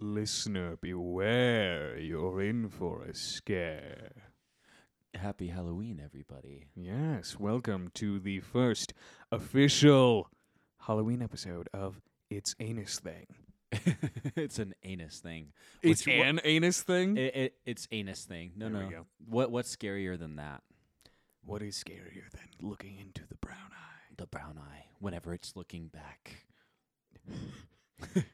Listener, beware, you're in for a scare. Happy Halloween, everybody. Yes, welcome to the first official Halloween episode of It's Anus Thing. it's an anus thing. It's Which wa- an anus thing? It, it, it's anus thing. No, Mm-hmm. There no. we go. What what's scarier than that? what is scarier than looking into the brown eye? The brown eye. Whenever it's looking back.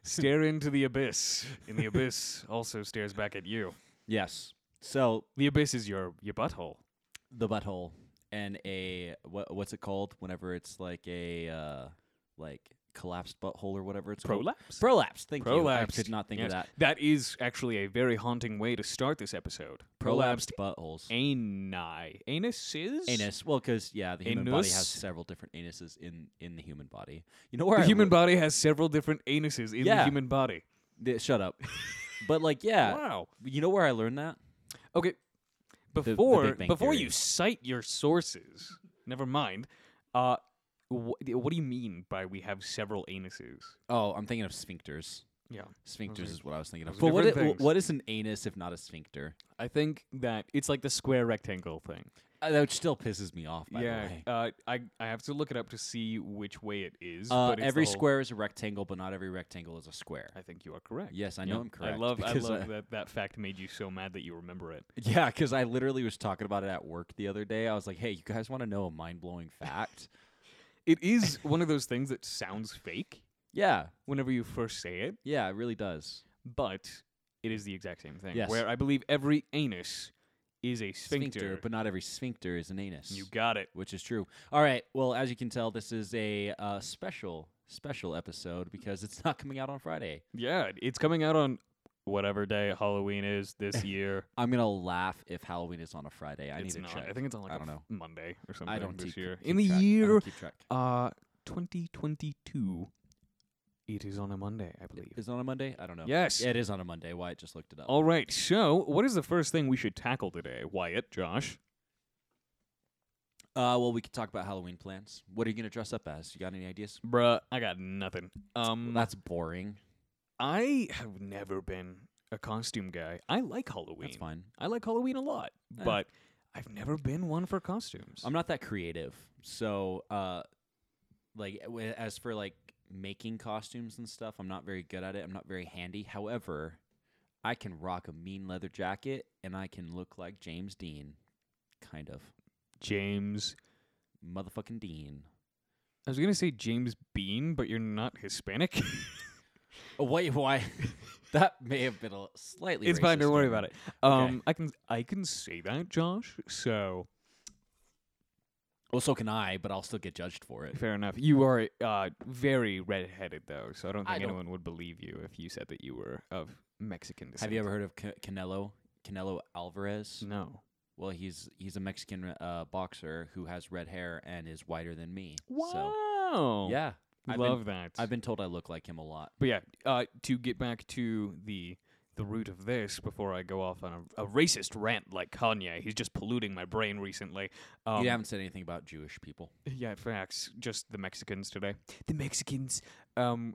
Stare into the abyss, and the abyss also stares back at you. Yes. So The abyss is your, your butthole. the butthole and a what what's it called? Whenever it's like a uh, like collapsed butthole or whatever it's called. Prolapse? Prolapse. Thank you. I Prolapsed. could not think Yes. of that. That is actually a very haunting way to start this episode. Prolapsed buttholes. ani. Anuses? Anus. Well, because yeah, the human body has Anus? several different anuses in in the human body. You know where The I human li- body has several different anuses in the Yeah. human body. Th- shut up. but like, yeah, Wow. you know where I learned that? Okay. the Before Big Bang before Theory. you cite your sources, never mind. Uh, wh- what do you mean by we have several anuses? Oh, I'm thinking of sphincters. Yeah, Sphincters is what I was thinking of. those are But what, different i- things. what is an anus if not a sphincter? I think that it's like the square rectangle thing. Uh, that still pisses me off. By yeah, the way, uh, I I have to look it up to see which way it is. Uh, but it's the every whole- square is a rectangle, but not every rectangle is a square. I think you are correct. Yes, I Yeah. know I'm correct. I love I because uh, love that that fact made you so mad that you remember it. Yeah, because I literally was talking about it at work the other day. I was like, "Hey, you guys want to know a mind blowing fact?" It is one of those things that sounds fake yeah, whenever you first say it. yeah, it really does. but it is the exact same thing. Yes. Where I believe every anus is a sphincter. but not every sphincter is an anus. you got it. which is true. All right. Well, as you can tell, this is a uh, special, special episode because it's not coming out on Friday. Yeah, it's coming out on whatever day Halloween is this year. I'm gonna laugh if Halloween is on a Friday. I it's need to not. check. I think it's on like I a don't know. Monday or something I don't this keep, year. keep In the track. I don't year keep track. uh 2022, it is on a Monday, I believe. Is it on a Monday? I don't know. Yes. Oh. it is on a Monday. Wyatt just looked it up. All right. So, what is the first thing we should tackle today, Wyatt, Josh? Uh, well, we could talk about Halloween plans. What are you gonna dress up as? You got any ideas? Bruh, I got nothing. Um That's boring. I have never been a costume guy. I like Halloween. That's fine. I like Halloween a lot, Eh. but I've never been one for costumes. I'm not that creative, so uh, like eh, w- as for like making costumes and stuff, I'm not very good at it. I'm not very handy. However, I can rock a mean leather jacket and I can look like James Dean, kind of James. motherfucking Dean. I was gonna say James Bean, but you're not Hispanic. Oh, why? Why? that may have been a slightly. it's fine. racist Don't worry of me. about it. Um, I can I can say that, Josh. So Well, so can I, but I'll still get judged for it. fair enough. You are uh, very redheaded though, so I don't I think don't- anyone would believe you if you said that you were of Mexican descent. Have you ever heard of Ca- Canelo? Canelo Alvarez. No. Well, he's he's a Mexican uh, boxer who has red hair and is whiter than me. Wow. So yeah, I've Love Been, that. Oh, I've been told I look like him a lot. But yeah, uh, to get back to the the root of this before I go off on a, a racist rant like Kanye, he's just polluting my brain recently. Um, you haven't said anything about Jewish people. yeah, facts. Just the Mexicans today. The Mexicans. Um,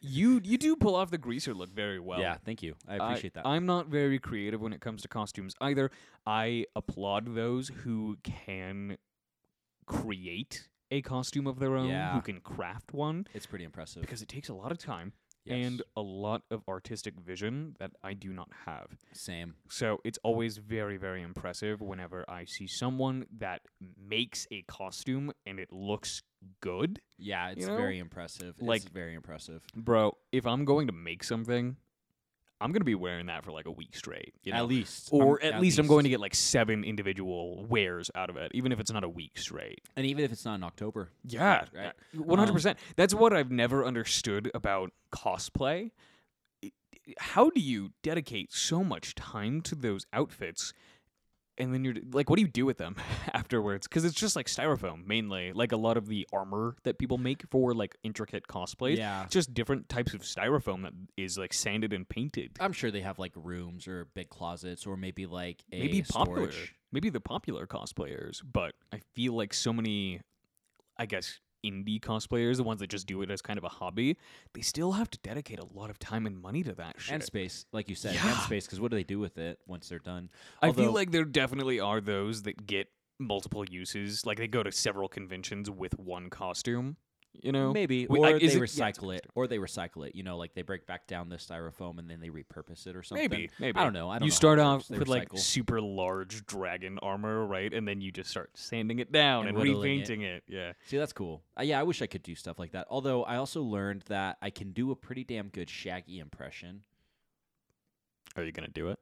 you you do pull off the greaser look very well. yeah, thank you. I appreciate that. I'm not very creative when it comes to costumes either. I applaud those who can create a costume of their own, Yeah. who can craft one, it's pretty impressive. because it takes a lot of time Yes. and a lot of artistic vision that I do not have. same. So it's always very, very impressive whenever I see someone that makes a costume and it looks good. Yeah, it's know, very impressive. like- it's very impressive. Bro, if I'm going to make something, I'm going to be wearing that for like a week straight. You know? At least, or at, least, I'm going to get like seven individual wears out of it, even if it's not a week straight. And even if it's not in October, Yeah, Right. Um, one hundred percent. That's what I've never understood about cosplay. It- How do you dedicate so much time to those outfits, and then you're like, what do you do with them afterwards? Because it's just like styrofoam mainly, like a lot of the armor that people make for like intricate cosplays. Yeah. it's just different types of styrofoam that is like sanded and painted. I'm sure they have like rooms or big closets or maybe like a maybe popular, storage. maybe the popular cosplayers, but I feel like so many, I guess, indie cosplayers, the ones that just do it as kind of a hobby, they still have to dedicate a lot of time and money to that shit. and space, like you said, and Yeah. space. Because what do they do with it once they're done? I Although- feel like there definitely are those that get multiple uses. Like they go to several conventions with one costume. You know, Maybe, We- or I- is they it- yeah, it's recycle it, or they recycle it. You know, like they break back down the styrofoam and then they repurpose it or something. maybe, maybe. I don't know. I don't. you know how start it off works. They with like recycle. super large dragon armor, right? And then you just start sanding it down And and, whittling it. repainting it. Yeah. See, that's cool. Uh, yeah, I wish I could do stuff like that. Although I also learned that I can do a pretty damn good Shaggy impression. Are you gonna do it?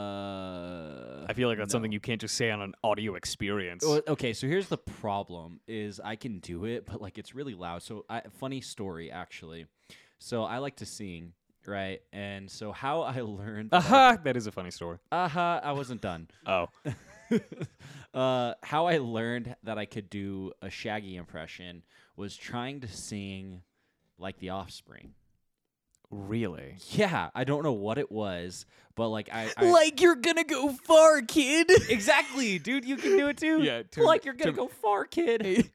Uh, I feel like that's no. something you can't just say on an audio experience. Well, okay, so here's the problem: is I can do it, but like it's really loud. So, I, funny story actually. So I like to sing, right? And so how I learned, that I- Aha! That is a funny story. aha, I wasn't done. Oh, uh, how I learned that I could do a Shaggy impression was trying to sing like The Offspring. really? Yeah, I don't know what it was, but like I, I like you're gonna go far, kid. exactly, dude, you can do it too. Yeah, to- like you're gonna to- go far, kid.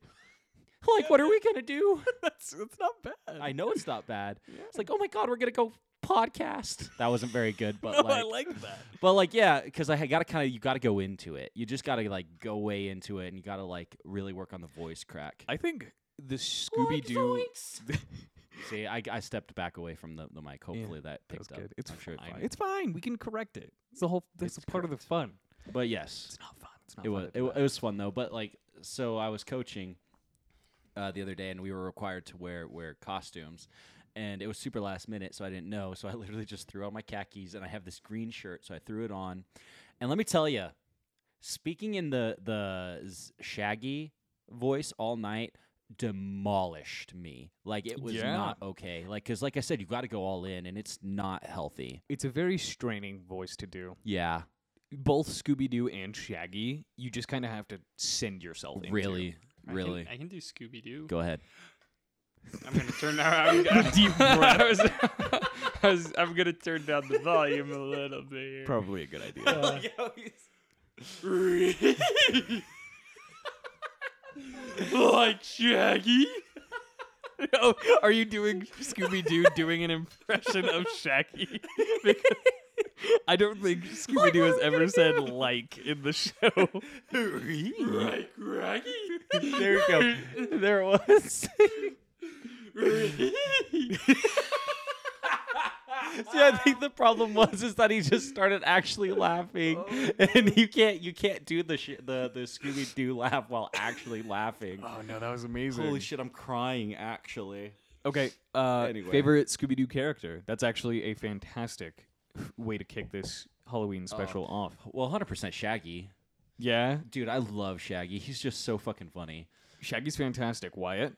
like, what are we gonna do? that's that's not bad. I know it's not bad. It's like, oh my god, we're gonna go podcast. That wasn't very good, but like, Oh, like that. but like, yeah, because I got to kind of you got to go into it. You just got to like go way into it, and you got to like really work on the voice crack. I think the Scooby Doo. See, I, I stepped back away from the, the mic. Hopefully that That's picked up. good. It's I'm sure it fine. did. It's fine. We can correct it. It's the whole. That's It's a part of the fun. But yes, It's not fun. It's not. it fun was to it, do wa- that. it was fun though. But like, so I was coaching uh, the other day, and we were required to wear wear costumes, and it was super last minute, so I didn't know. So I literally just threw on my khakis, and I have this green shirt, so I threw it on, and let me tell you, speaking in the the z- Shaggy voice all night demolished me like it was Yeah. not okay like because like i said you got to go all in and it's not healthy It's a very straining voice to do. yeah Both Scooby Doo and Shaggy, you just kind of have to send yourself. into. really I can- really I can, do Scooby Doo. go ahead I'm gonna turn down. I'm, Deep breath. I was, I was, I'm gonna turn down the volume a little bit. Probably a good idea. like Shaggy. oh, are you doing Scooby Doo doing an impression of Shaggy? Because I don't think Scooby Doo has ever said like in the show. Like Raggy. There we go. There it was. See, I think the problem was is that he just started actually laughing, and you can't you can't do the sh- the the Scooby Doo laugh while actually laughing. Oh no, that was amazing. Holy shit, I'm crying actually. Okay. Uh, Anyway. Favorite Scooby Doo character? That's actually a fantastic way to kick this Oh. Halloween special off. Well, 100% Shaggy, Yeah. dude. I love Shaggy. He's just so fucking funny. Shaggy's fantastic. Wyatt,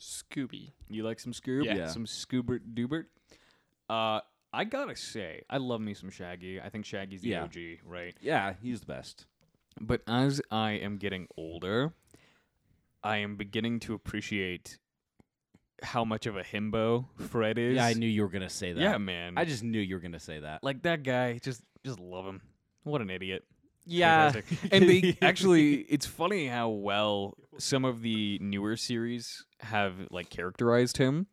Scooby. you like some Scoob? Yeah. Yeah. Some Scoobert Doobert? Uh, I gotta say, I love me some Shaggy. I think Shaggy's the Yeah. OG, right? Yeah, he's the best. But as I am getting older, I am beginning to appreciate how much of a himbo Fred is. Yeah, I knew you were gonna say that. Yeah, man. I just knew you were gonna say that. like that guy. Just, just love him. What an idiot. Yeah, Fantastic. and they actually, it's funny how well some of the newer series have like characterized him,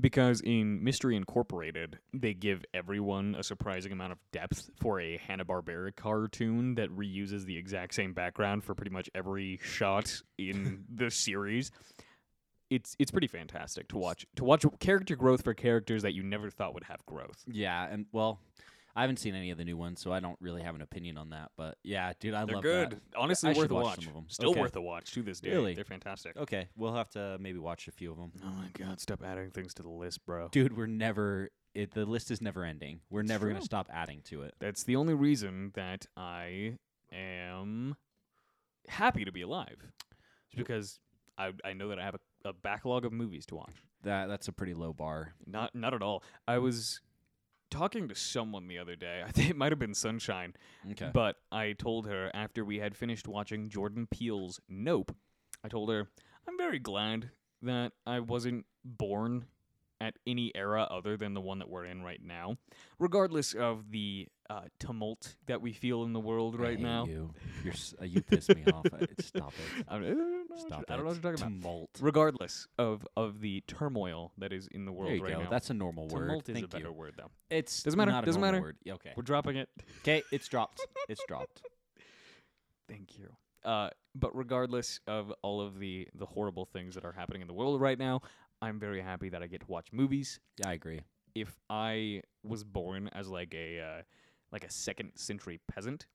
because in Mystery Incorporated, they give everyone a surprising amount of depth for a Hanna Barbera cartoon that reuses the exact same background for pretty much every shot in the series. It's it's pretty fantastic to watch to watch character growth for characters that you never thought would have growth. Yeah, and well, I haven't seen any of the new ones, so I don't really have an opinion on that. But yeah, dude, I They're love good, that. honestly I worth should a watch watch. some of 'em. Still Okay. worth a watch to this day. Really? They're fantastic. Okay, we'll have to maybe watch a few of them. Oh my god, stop adding things to the list, bro. Dude, we're never. It, the list is never ending. We're never gonna true. stop adding to it. That's the only reason that I am happy to be alive. It's because I I know that I have a, a backlog of movies to watch. That that's a pretty low bar. Not not at all. I was talking to someone the other day. I think it might have been Sunshine, Okay. but I told her after we had finished watching Jordan Peele's Nope, I told her I'm very glad that I wasn't born at any era other than the one that we're in right now, regardless of the uh, tumult that we feel in the world right now. you. You're, s- uh, you piss me off. I- Stop it. I don't, I don't know what Stop you- it. I don't know what you're talking about. Tumult. Regardless of of the turmoil that is in the world There you right go. now. That's a normal word. tumult is Thank a better you. word though. It's Doesn't matter, Not a doesn't normal matter. Word. Yeah, Okay. We're dropping it. Okay. It's dropped. It's dropped. Thank you. Uh, but regardless of all of the the horrible things that are happening in the world right now, I'm very happy that I get to watch movies. Yeah, I agree. If I was born as like a uh, like a second century peasant,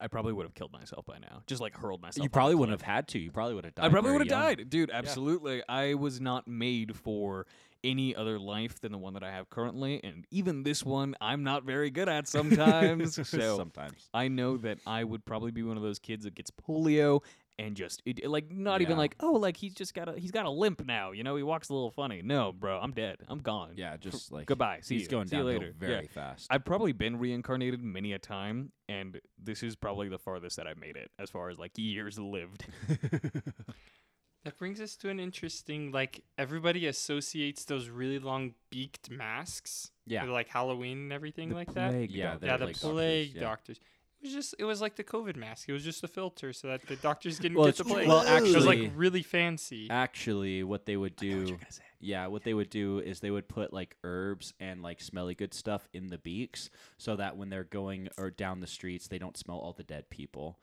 I probably would have killed myself by now. Just like hurled myself. You probably wouldn't have had to. You probably would have died. I probably very would have young. died, dude. Absolutely. I was not made for any other life than the one that I have currently, and even this one, I'm not very good at sometimes. so Sometimes. I know that I would probably be one of those kids that gets polio and just it, it, like not even Yeah. like oh like he's just got a he's got a limp now you know he walks a little funny no bro I'm dead I'm gone Yeah, just like goodbye see he's you. going see you downhill later Yeah. very fast. I've probably been reincarnated many a time and this is probably the farthest that I've made it as far as like years lived That brings us to an interesting like everybody associates those really long beaked masks Yeah. with like Halloween and everything like that. Plague Yeah, doctor. Yeah, They're the like doctors, plague yeah. doctors. It was just it was like the COVID mask. It was just a filter so that the doctors didn't Well, get the it's- plague. well, it was actually- like really fancy. Actually, what they would I know what do, you're gonna say. yeah, what they would do is they would put like herbs and like smelly good stuff in the beaks, so that when they're going or down the streets, they don't smell all the dead people.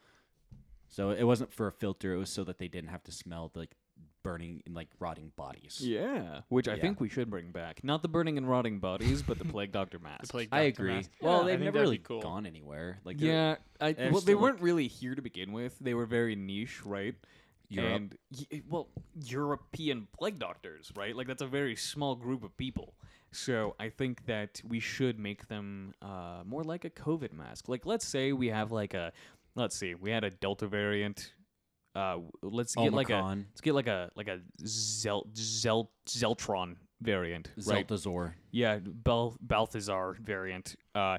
So it wasn't for a filter; it was so that they didn't have to smell like burning and like rotting bodies. Yeah, which I Yeah. think we should bring back. Not the burning and rotting bodies, but the plague doctor mask. the plague I doctor agree. mask. Well, Yeah, I they've think never that'd really be cool. gone anywhere. Like they're- Yeah, I, they're well, they still, like- weren't really here to begin with. They were very niche, right? Europe. And y- well, European plague doctors, right? Like that's a very small group of people. So I think that we should make them uh, more like a COVID mask. Like let's say we have like a, let's see, we had a Delta variant. Uh, w- let's get like a Omicron. let's get like a like a Zel, Zel, Zeltron variant, right? Zeltazor. Yeah, Bel- Balthazar variant. Uh,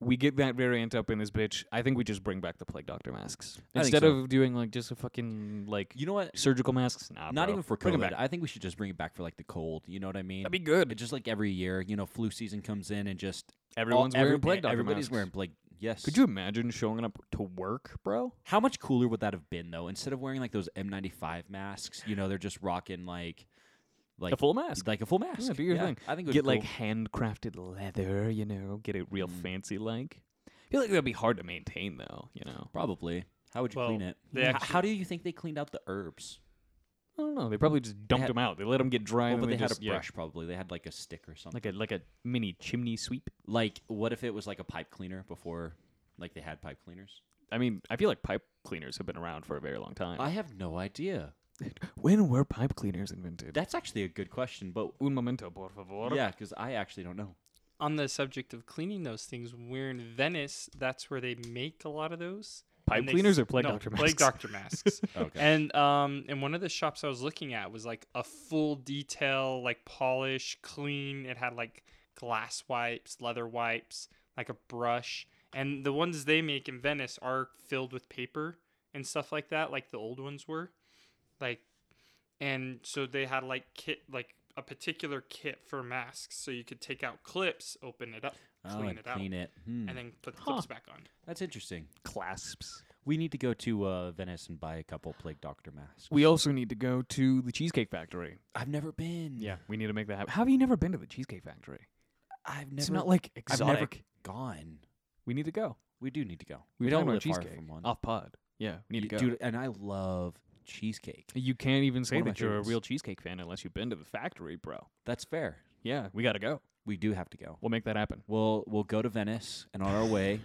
we get that variant up in this bitch. I think we just bring back the plague doctor masks I think instead so. of doing like just a fucking like You know what? surgical masks. Nah, Not bro. even for Bring 'em COVID. back. I think we should just bring it back for like the cold. You know what I mean? That'd be good. It just like every year, you know, flu season comes in and just Everyone's all- every- wearing plague doctor Everybody's masks. wearing plague. Yes. Could you imagine showing up to work, bro? How much cooler would that have been though? Instead of wearing like those M95 masks, you know, they're just rocking like like a full mask. like a full mask. yeah, do your thing. I think it would Get be like cool. handcrafted leather, you know. Get it Mm. real fancy like. I feel like that'd be hard to maintain though, you know. probably. How would you Well, clean it? they H- actually- How do you think they cleaned out the herbs? I don't know. They probably just dumped had- them out. They let them get dry. Well, and but then they, had just- a yeah, brush probably. They had like a stick or something. like a like a mini chimney sweep. Like what if it was like a pipe cleaner before like they had pipe cleaners? I mean, I feel like pipe cleaners have been around for a very long time. I have no idea. when were pipe cleaners invented? That's actually a good question, but Un momento, por favor. yeah, because I actually don't know. On the subject of cleaning those things, when we're in Venice, that's where they make a lot of those. Pipe and they cleaners s- or plague no, doctor Plague masks? doctor masks. Okay. And um, and one of the shops I was looking at was like a full detail, like polish, clean. It had like glass wipes, leather wipes, like a brush. And the ones they make in Venice are filled with paper and stuff like that, like the old ones were. Like, and so they had like kit, like a particular kit for masks, so you could take out clips, open it up, oh, clean and it out, clean it. Hmm. and then put the clips back on. That's interesting. Clasps. We need to go to uh, Venice and buy a couple plague doctor masks. We also need to go to the Cheesecake Factory. I've never been. We need to make that happen. How have you never been to the Cheesecake Factory? I've never. It's not like I've exotic. never gone. We need to go. We do need to go. We We were don't talking live about far cheesecake. from one. Off pod. Yeah, we need Y- to go. Dude, and I love cheesecake. you can't even say One of my that you're favorites. a real cheesecake fan unless you've been to the factory, bro. That's fair. Yeah, we gotta go. We do have to go. We'll make that happen. We'll we'll go to Venice, and on our way,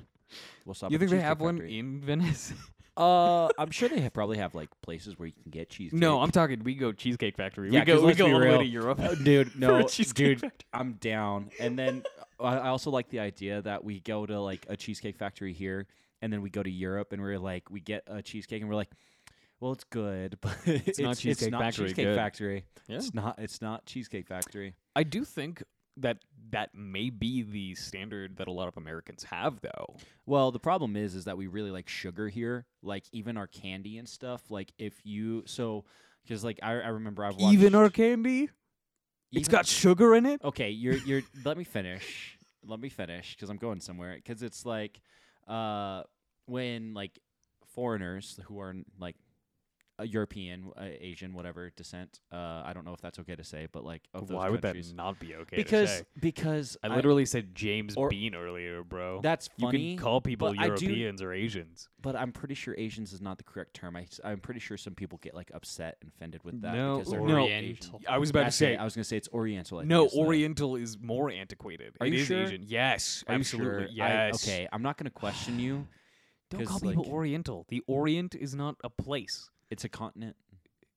we'll stop. You at the think they Cheesecake have one Factory. in Venice? Uh, I'm sure they have probably have like places where you can get cheesecake. no, I'm talking. We go Cheesecake Factory. Yeah, we go. 'cause We let's go be all the way real. to Europe. Oh, dude, for a no, Cheesecake dude, Factory. I'm down. And then I I also like the idea that we go to like a cheesecake factory here, and then we go to Europe, and we're like, we get a cheesecake, and we're like, well, it's good, but it's, not it's Cheesecake not Factory Cheesecake good." Factory. Yeah. It's not. It's not cheesecake factory. I do think that that may be the standard that a lot of Americans have, though. Well, the problem is, is that we really like sugar here, like even our candy and stuff. Like if you so, because like I, I remember I've watched our candy? It's even- got sugar in it. okay you're you're let me finish let me finish because i'm going somewhere because it's like uh when like foreigners who are like uh, european uh, asian whatever descent uh i don't know if that's okay to say but like of those Why would that countries not be okay? to because say? because I literally said James or- Bean earlier, bro. that's funny you can call people but I do- Europeans or Asians. but i'm pretty sure asians is not the correct term I, am pretty sure some people get like upset and offended with that No, because they're no. Asian. Oriental. I was about That's to it. say. i was gonna say it's oriental I think no, is the- Oriental is more antiquated. Are It you is sure? Asian. Yes, Are you absolutely. sure? I- Yes. okay, I'm not going to question you. Don't 'Cause, call people like- Oriental. The Orient is not a place. It's a continent.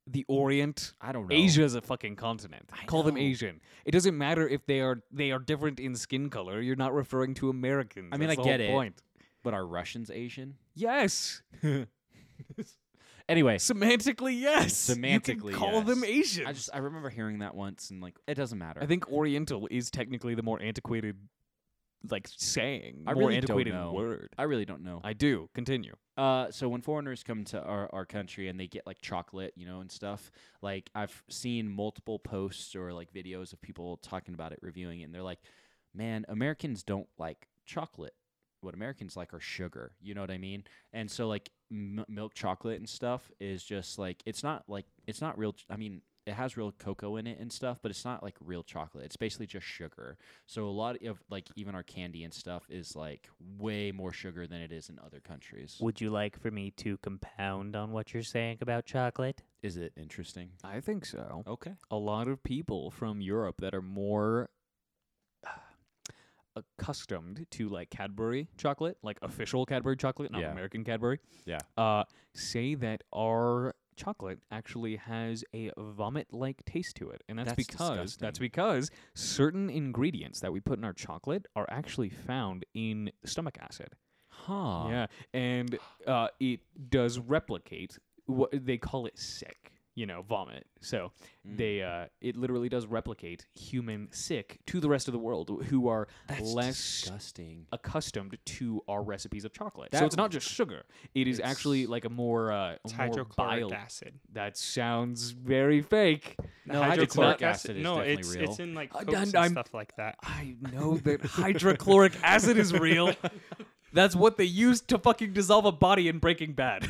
The Orient I don't know. Asia is a fucking continent. I Call them know. Asian. It doesn't matter if they are they are different in skin color. You're not referring to Americans. I mean, That's I the whole get it. Point. But are Russians Asian? Yes, Anyway, semantically, yes. you Semantically, can call them yes. Asian. I just I remember hearing that once and like it doesn't matter. I think Oriental is technically the more antiquated, like saying, I more really don't antiquated know. word. I really don't know. I do continue. Uh, so when foreigners come to our, our country and they get like chocolate, you know, and stuff, like I've seen multiple posts or like videos of people talking about it, reviewing it, and they're like, "Man, Americans don't like chocolate. What Americans like are sugar." You know what I mean? And so like m- milk chocolate and stuff is just like it's not like it's not real. ch- I mean, it has real cocoa in it and stuff, but it's not like real chocolate. It's basically just sugar. So a lot of like even our candy and stuff is like way more sugar than it is in other countries. Would you like for me to compound on what you're saying about chocolate? Is it interesting? I think so. Okay. a lot of people from Europe that are more uh, accustomed to like Cadbury chocolate, like official Cadbury chocolate, not Yeah. American Cadbury. Yeah. Uh, say that our chocolate actually has a vomit-like taste to it, and that's, That's because that's disgusting. because certain ingredients that we put in our chocolate are actually found in stomach acid. Huh. Yeah, and uh, it does replicate what they call it sick, you know, vomit. So they uh, it literally does replicate human sick to the rest of the world who are That's less disgusting. accustomed to our recipes of chocolate. so That- it's not just sugar; it is actually It's- like a more uh, It's a more hydrochloric bile. acid. That sounds very fake. No, I did hydrochloric not- acid is no, definitely it's real. it's in like Uh, cokes and and I'm- stuff like that. I know that hydrochloric acid is real. That's what they used to fucking dissolve a body in Breaking Bad.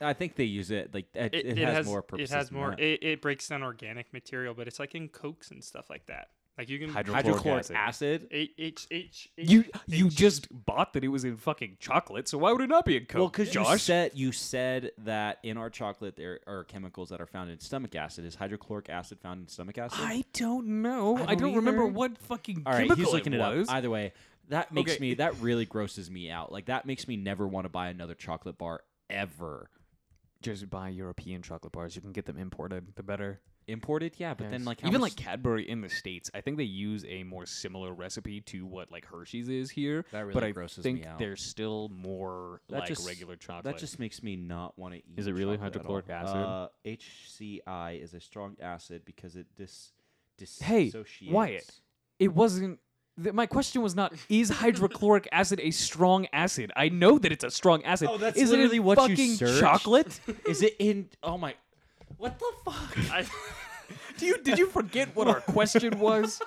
I think they use it like it, It, it has, more purposes. It has than more. that. It, it breaks down organic material, but it's like in cokes and stuff like that. Like you can hydrochloric acid. H H H. You you just bought that it was in fucking chocolate, so why would it not be in Coke? Well, because you Josh, said you said that in our chocolate there are chemicals that are found in stomach acid. Is hydrochloric acid found in stomach acid? I don't know. I don't, don't remember either. what fucking All right, chemical he's looking it, it, was. up. Either way, that makes Okay. me that really grosses me out. Like that makes me never want to buy another chocolate bar ever. Just buy European chocolate bars. You can get them imported. The better. Imported, yeah, but then like how even like much- Cadbury in the states, I think they use a more similar recipe to what like Hershey's is here. That really but I grosses think me out. they're still more That like just- regular chocolate. That just makes me not want to eat. Is it really chocolate at hydrochloric all. acid? Uh, HCI is a strong acid because it dis Hey, dissociates. Wyatt. it wasn't. Th- my question was not is hydrochloric acid a strong acid? I know that it's a strong acid. Oh, that's is it in literally what you fucking searched? chocolate? Is it in? Oh my! What the fuck? I, Do you did you forget what our question was?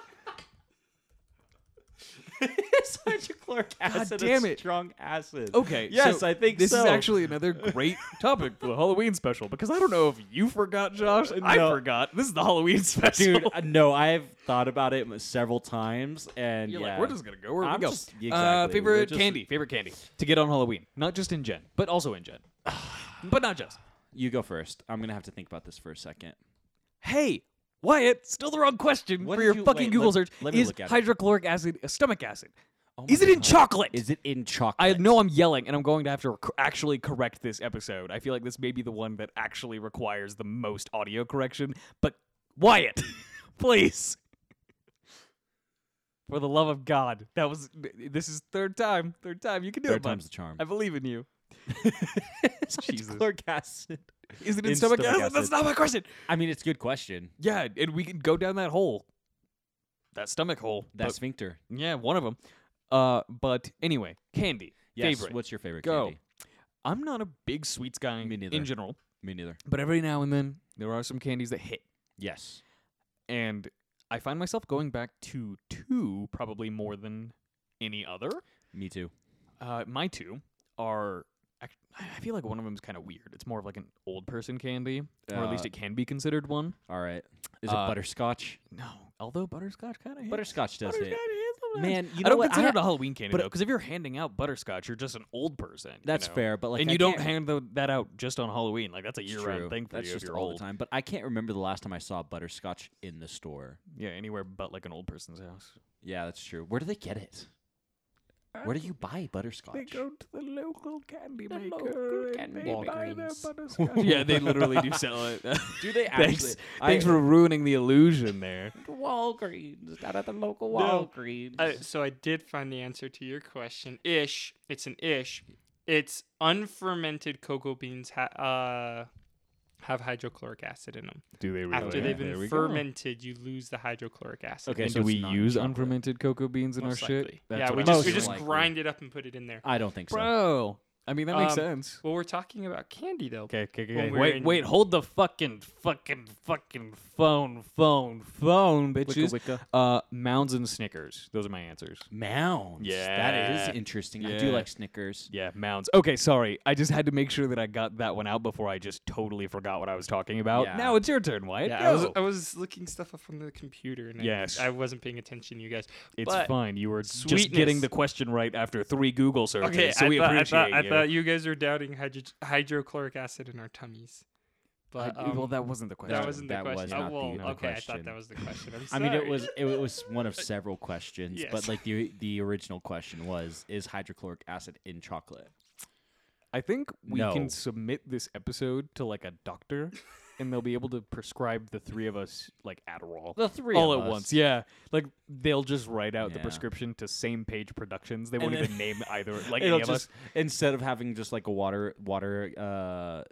it's hydrochloric acid. a damn it. Strong acid. Okay. Yes, so I think this so. is actually another great topic for the Halloween special because I don't know if you forgot, Josh, and I No. forgot. This is the Halloween special. dude. uh, no, I've thought about it m- several times, and You're yeah, like, we're just gonna go where I'm we go. just- Uh, exactly, we're favorite just- candy, favorite candy to get on Halloween, not just in Gen, but also in Gen, but not just. you go first. I'm gonna have to think about this for a second. Hey, Wyatt, still the wrong question What for did your you- fucking wait, Google let- search. let me is look at it. hydrochloric acid a stomach acid? Oh my is it in God. chocolate? Is it in chocolate? I know I'm yelling, and I'm going to have to rec- actually correct this episode. I feel like this may be the one that actually requires the most audio correction. But Wyatt, please, for the love of God, that was this is third time, third time you can do Third it, bud. time's the charm. I believe in you. It's Jesus. hydrochloric acid. Is it in, In stomach, stomach acid? That's acid. not my question. I mean, it's a good question. Yeah, and we can go down that hole, that stomach hole. That But- sphincter. yeah, one of them. Uh, but anyway, candy Yes. favorite. What's your favorite Go. candy? I'm not a big sweets guy Me neither. in general. Me neither. But every now and then, there are some candies that hit. Yes. And I find myself going back to two probably more than any other. Me too. Uh, my two are. ac- I feel like one of them is kind of weird. It's more of like an old person candy, or at least Uh, it can be considered one. All right. Is Uh, it butterscotch? No, although butterscotch kind of Butterscotch does butterscotch it. is sometimes. Man, you know I don't what? consider ha- it a Halloween candy but- though, because if you're handing out butterscotch, you're just an old person. you That's know? fair, but like and I you don't can't- hand tho- that out just on Halloween. Like that's a It's year-round true. thing for That's you just if you're all old. the time. But I can't remember the last time I saw butterscotch in the store. Yeah, anywhere but like an old person's house. Yeah, that's true. Where do they get it? Where do you buy butterscotch? to the local candy maker and they buy their butterscotch. yeah, they literally do sell it. Do they thanks, I- thanks for ruining the illusion there. Walgreens, down at the local No, Walgreens. Uh, so I did find the answer to your question. Ish. It's an ish. It's unfermented cocoa beans ha- uh, have hydrochloric acid in them. Do they After yeah. they've There been fermented, you lose the hydrochloric acid. Okay, and so do we it's not use chocolate. unfermented cocoa beans in most our shit? likely. yeah, we what I'm just, we saying. just Likely. grind it up and put it in there. I don't think so. bro. I mean that makes Um, sense. Well, we're talking about candy though. Okay, okay, when okay. we're Wait, in- wait, hold the fucking, fucking, fucking phone, phone, phone, Wicca, bitches. wicca. Uh, Mounds and Snickers. Those are my answers. Mounds. That Yeah. is interesting. I do Yeah. like Snickers. Yeah, Mounds. Okay, sorry. I just had to make sure that I got that one out before I just totally forgot what I was talking about. Yeah. Now it's your turn, Wyatt. Yeah, I was, Go. I was looking stuff up on the computer and I- Yes. I, wasn't paying attention to you guys. it's but- fine. You were just Sweetness. getting the question right after three Google searches, Okay, so I, we thought, I, appreciate thought, I you. thought you guys were doubting hydro- hydrochloric acid in our tummies. But I- um, well, that wasn't the question. that wasn't the that was question. not oh, well, the okay, I question. thought that was the question. I'm I mean, it sorry. was it was one of several questions, Yes. but like the the original question was, is hydrochloric acid in chocolate? I think we No. can submit this episode to like a doctor, and they'll be able to prescribe the three of us like Adderall. The three all of at us. once. Yeah, like they'll just write out the Yeah. prescription to Same Page Productions. They won't then- even name either like It'll any of us. just- instead of having just like a water water uh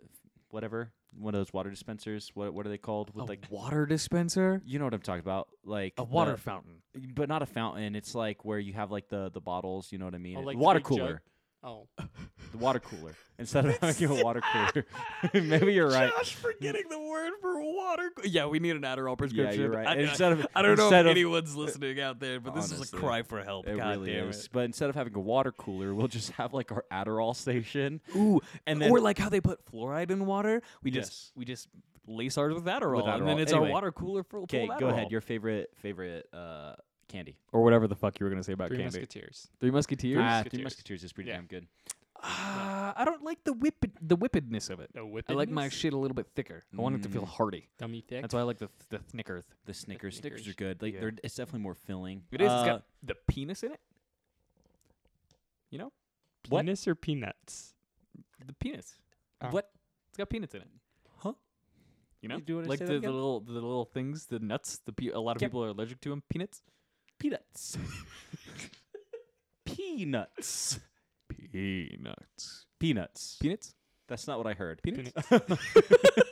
whatever one of those water dispensers. What what are they called? With like water dispenser, you know what I'm talking about, like a water the- fountain. but not a fountain. It's like where you have like the the bottles. You know what I mean? Oh, like water the jug- cooler. Oh, The water cooler instead of having a water cooler. Maybe you're right. Josh forgetting the word for water. Yeah, we need an Adderall Yeah, prescription. you're right. I, I- instead of I don't know if instead of- anyone's listening out there, but this is a Honestly, cry for help. It God really damn is. it. But instead of having a water cooler, we'll just have like our Adderall station. Ooh, And then or like how they put fluoride in water, we just Yes. we just lace ours with Adderall, and then Adderall. it's our Anyway. water cooler full. full okay, of go ahead. Adderall. Your favorite favorite uh candy. or whatever the fuck you were gonna say about Three candy. Musketeers. Three Musketeers. Ah, Musketeers. Three Musketeers is pretty Yeah. damn good. Ah, Uh, I don't like the whip the whippedness of it. No whip. I like my shit a little bit thicker. I want it to feel Mm. Uh, hearty. dummy thick. That's why I like the the Snickers. The Snickers, Snickers, Snickers. are good. Like Yeah. they're it's definitely more filling. It is. Uh, it's got the penis in it. You know what? Penis or peanuts? the penis. Oh. What? It's got peanuts in it. Huh? You know, You- do you wanna like say the, that the again? little the little things, the nuts. The pe- a lot of Yep. people are allergic to them. Peanuts. peanuts. peanuts. Peanuts. Peanuts. Peanuts. That's not what I heard. Peanuts.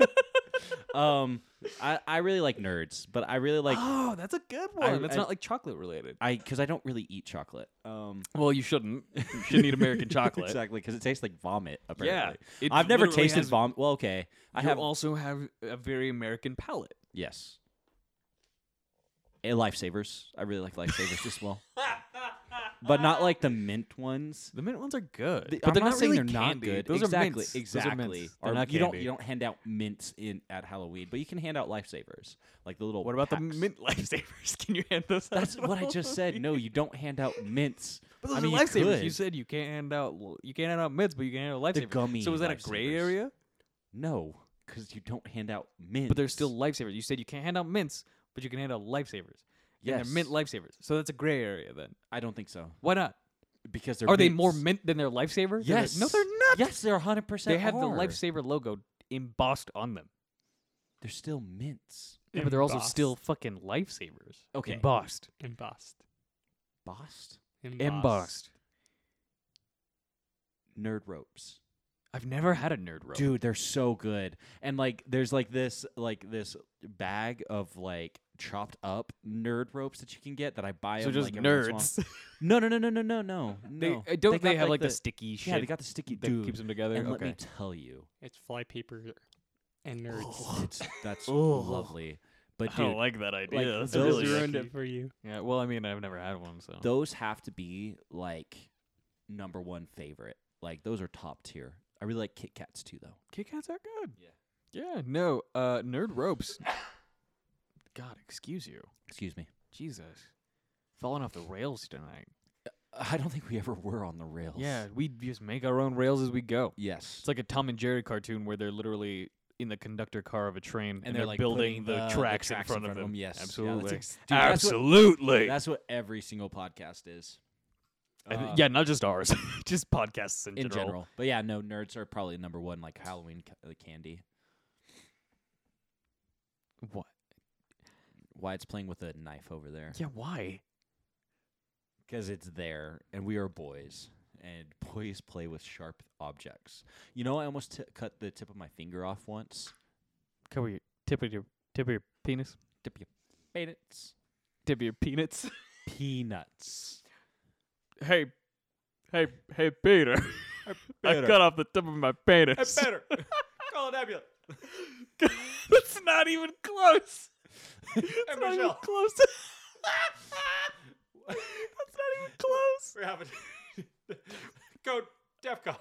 um, I I really like nerds, but I really like oh, that's a good I- one. That's I- not like chocolate related. I because I don't really eat chocolate. Um, Well, you shouldn't. You shouldn't eat American chocolate. exactly because it tastes like vomit. Yeah, Apparently, it I've never literally tasted has- vomit. Well, okay, I you have also have a very American palate. yes. Eh, lifesavers. I really like lifesavers as well, but not like the mint ones. The mint ones are good, The- but I'm they're not, saying really they're candy. not good. Those exactly, are mints. exactly. Those are mints. Or They're not you don't candy. you don't hand out mints in at Halloween, but you can hand out lifesavers, like the little. What about packs. the mint lifesavers? Can you hand those? out That's at what I all? just said. No, you don't hand out mints. But those I mean, are you lifesavers. You, could. said you can't hand out you can't hand out mints, but you can hand out lifesavers. gummy So is that a gray lifesavers. area? no, because you don't hand out mints. But they're still lifesavers. You said you can't hand out mints, but you can hand out lifesavers. Yeah, they're mint Yes. lifesavers. So that's a gray area then. I don't think so Why not? because they're Are they more mints. mint than their lifesavers? Yes. No, they're not. Yes, they're 100. percent They have the lifesaver logo embossed on them. They're still mints. Yeah, but they're also still fucking lifesavers. Okay. Embossed. embossed. Bossed Embossed. nerd ropes. I've never had a nerd rope. Dude, they're so good. And like, there's like this like this bag of like chopped up nerd ropes that you can get that I buy. so 'em, just like, every once in a while. nerds. No, no, no, no, no, no, no. they, no. uh, don't they, got, have like the, sticky shit yeah? They got the sticky that dude. keeps them together? and okay. let me tell you, Oh, It's flypaper and nerds. it's that's Ugh. Oh, lovely. But dude, like that that's I just really ruined yucky. it for you. Yeah, well, I mean, I've never had one, so. those have to be like number one favorite. Like those are top tier. I really like Kit Kats too, though. Kit Kats are good. Yeah. Yeah, no, uh, Nerd Ropes. God, excuse you. Excuse me. Jesus. Falling off the rails tonight. I don't think we ever were on the rails. Yeah, we just make our own rails as we go. Yes. It's like a Tom and Jerry cartoon where they're literally in the conductor car of a train and, they're, like, building putting the- the tracks, in, front of them. Yes. Yeah, that's absolutely, ex- dude, that's what- absolutely. That's what every single podcast is. And th- Uh, yeah, not just ours, just podcasts in, in general. But yeah, no, nerds are probably number one, like Halloween ca- uh, candy. What? Why it's playing with a knife over there? Yeah, why? Because it's there, and we are boys, and boys play with sharp objects. You know, I almost t- cut the tip of my finger off once. Cover your tip of your tip of your penis. Tip your peanuts. Tip of your peanuts. Peanuts. hey, hey, hey, Peter. Peter. off the tip of my penis. better. Call an ambulance. That's not even close. That's not even Michelle. close. That's not even close. We're having. Go DEFCON.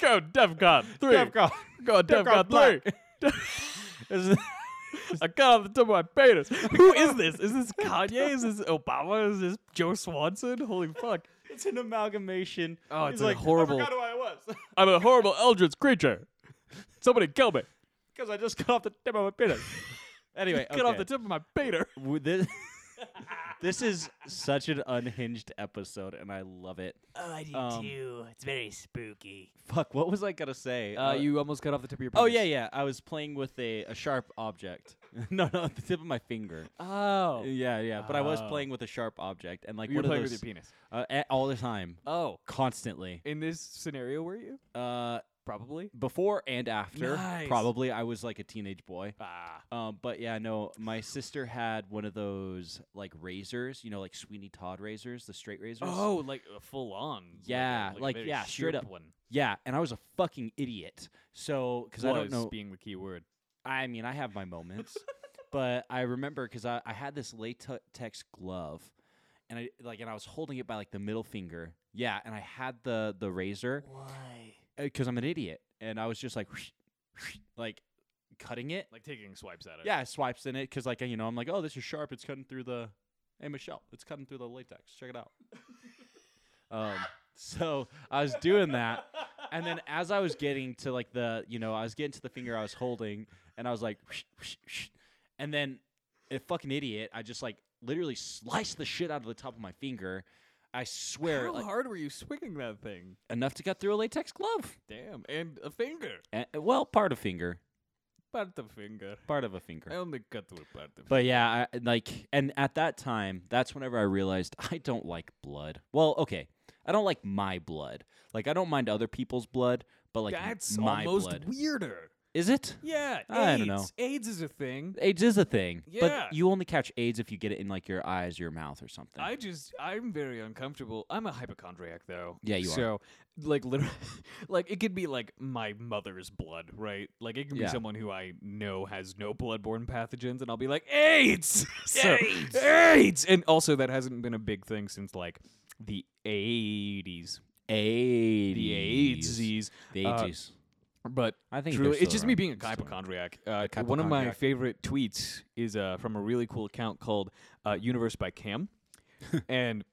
Go DEFCON three. Go DEFCON Black. three. I cut off the tip of my penis. Who is this? Is this Kanye? Is this Obama? Is this Joe Swanson? Holy fuck! It's an amalgamation. Oh, He's it's a like, horrible- I forgot who I was I'm a horrible eldritch creature. Somebody kill me. because I just cut off the tip of my penis. anyway, Cut Oh, off the tip of my peter. With this, this is such an unhinged episode, and I love it. Oh, I do Um, too. It's very spooky. Fuck, what was I gonna say? Uh, Uh, almost cut off the tip of your Oh yeah, yeah. I was playing with a, a sharp object. no, no, the tip of my finger. Oh. Yeah, yeah. But I was Oh. playing with a sharp object, and like You were one of playing those with your penis. uh, a- all the time, Oh. constantly. In this scenario, were you? Uh, Probably. before and after, Nice. probably I was like a teenage boy. Ah. Um, but yeah, no, my sister had one of those like razors, you know, like Sweeney Todd razors, the straight razors. Oh, like a full on. Yeah, like, very yeah, straight sharp up. one. yeah, and I was a fucking idiot. So, because I don't Was know, being the key word. I mean, I have my moments, but I remember because I, I had this latex glove, and I like, and I was holding it by like the middle finger. Yeah, and I had the the razor Why? because I'm an idiot, and I was just like, like cutting it. Like taking swipes at it. Yeah, swipes in it because like you know I'm like, oh, this is sharp. It's cutting through the. Hey Michelle, it's cutting through the latex. Check it out. um, so I was doing that, and then as I was getting to like the you know I was getting to the finger I was holding, and I was like, and then a fucking idiot, I just like literally sliced the shit out of the top of my finger. I swear, How like, hard were you swinging that thing? enough to cut through a latex glove. Damn. And a finger. And, well, part of finger, Part of finger. part of a finger. I only cut through part of But yeah, I, like, and at that time, that's whenever I realized I don't like blood. Well, okay, I don't like my blood. Like, I don't mind other people's blood, but like That's my almost blood weirder. is it? Yeah. I don't know. AIDS. AIDS is a thing. AIDS is a thing, Yeah. but you only catch AIDS if you get it in like your eyes, your mouth, or something. I just I'm very uncomfortable. I'm a hypochondriac though. Yeah, you are. So like literally like it could be like my mother's blood, right? Like it could Yeah. be someone who I know has no bloodborne pathogens and I'll be like AIDS. So, AIDS! AIDS. And also that hasn't been a big thing since like the 80s. AIDS. The AIDS. E The E Uh, AIDs. But I think Truly, they're it's still just me around. being a Still around. hypochondriac. Uh, One of my hypochondriac. favorite tweets is uh, from a really cool account called uh, Universe by Cam, and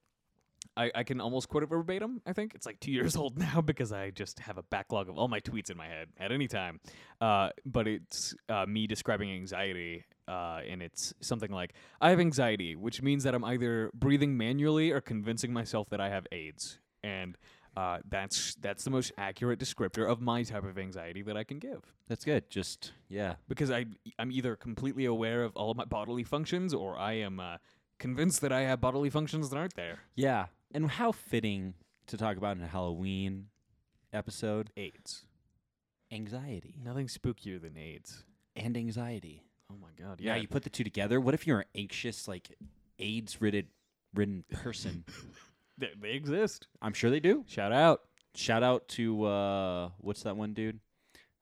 I, I can almost quote it verbatim. I think it's like two years old now because I just have a backlog of all my tweets in my head at any time. Uh, but it's uh, me describing anxiety. Uh, and it's something like I have anxiety, which means that I'm either breathing manually or convincing myself that I have AIDS, and uh, that's that's the most accurate descriptor of my type of anxiety that I can give That's good. Just yeah. because I I'm either completely aware of all of my bodily functions or I am uh, convinced that I have bodily functions that aren't there. Yeah. And how fitting to talk about in a Halloween episode AIDS. anxiety Nothing spookier than AIDS. and anxiety. Oh my god. Yeah, Yeah. you put the two together. What if you're an anxious, like AIDS ridden ridden person? they, they exist. I'm sure they do. Shout out. Shout out to uh what's that one dude?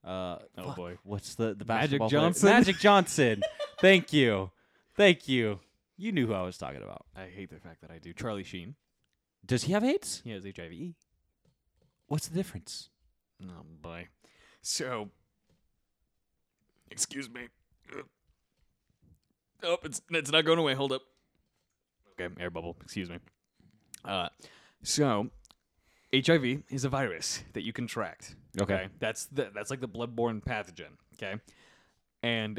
Uh Oh, fuck, boy. What's the the Magic basketball player? Johnson? Magic Johnson. Thank you. Thank you. You knew who I was talking about. I hate the fact that I do. Charlie Sheen. Does he have AIDS? He has HIV. What's the difference? Oh boy. So, excuse me. Ugh. Oh, it's it's not going away. Hold up. Okay, air bubble. Excuse me. Uh, so HIV is a virus that you contract. Okay. that's the that's like the bloodborne pathogen. Okay, and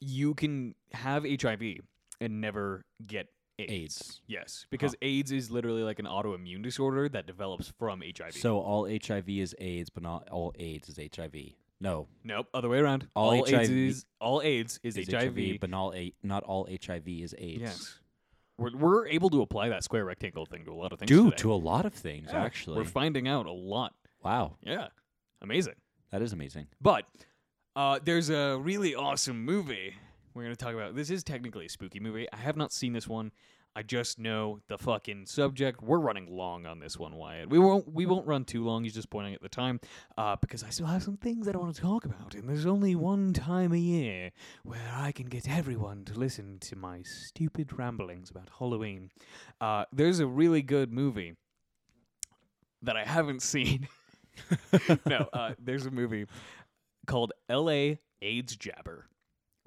you can have HIV and never get AIDS. AIDS. Yes, because AIDS is literally like an autoimmune disorder that develops from HIV. So all HIV is AIDS, but not all AIDS is HIV. No, Nope, other way around. All All, AIDS HIV is all AIDS is, is HIV. but not all A- not all HIV is AIDS. yes, we're, we're able to apply that square rectangle thing to a lot of things. Dude, today. to a lot of things Yeah, actually. we're finding out a lot. wow, Yeah, amazing. that is amazing. But uh, there's a really awesome movie we're gonna talk about. This is technically a spooky movie. I have not seen this one. I just know the fucking subject. We're running long on this one, Wyatt. We won't. We won't run too long. He's just pointing at the time, uh, because I still have some things that I want to talk about, and there's only one time a year where I can get everyone to listen to my stupid ramblings about Halloween. Uh, there's a really good movie that I haven't seen. no, uh, there's a movie called L.A. AIDS Jabber.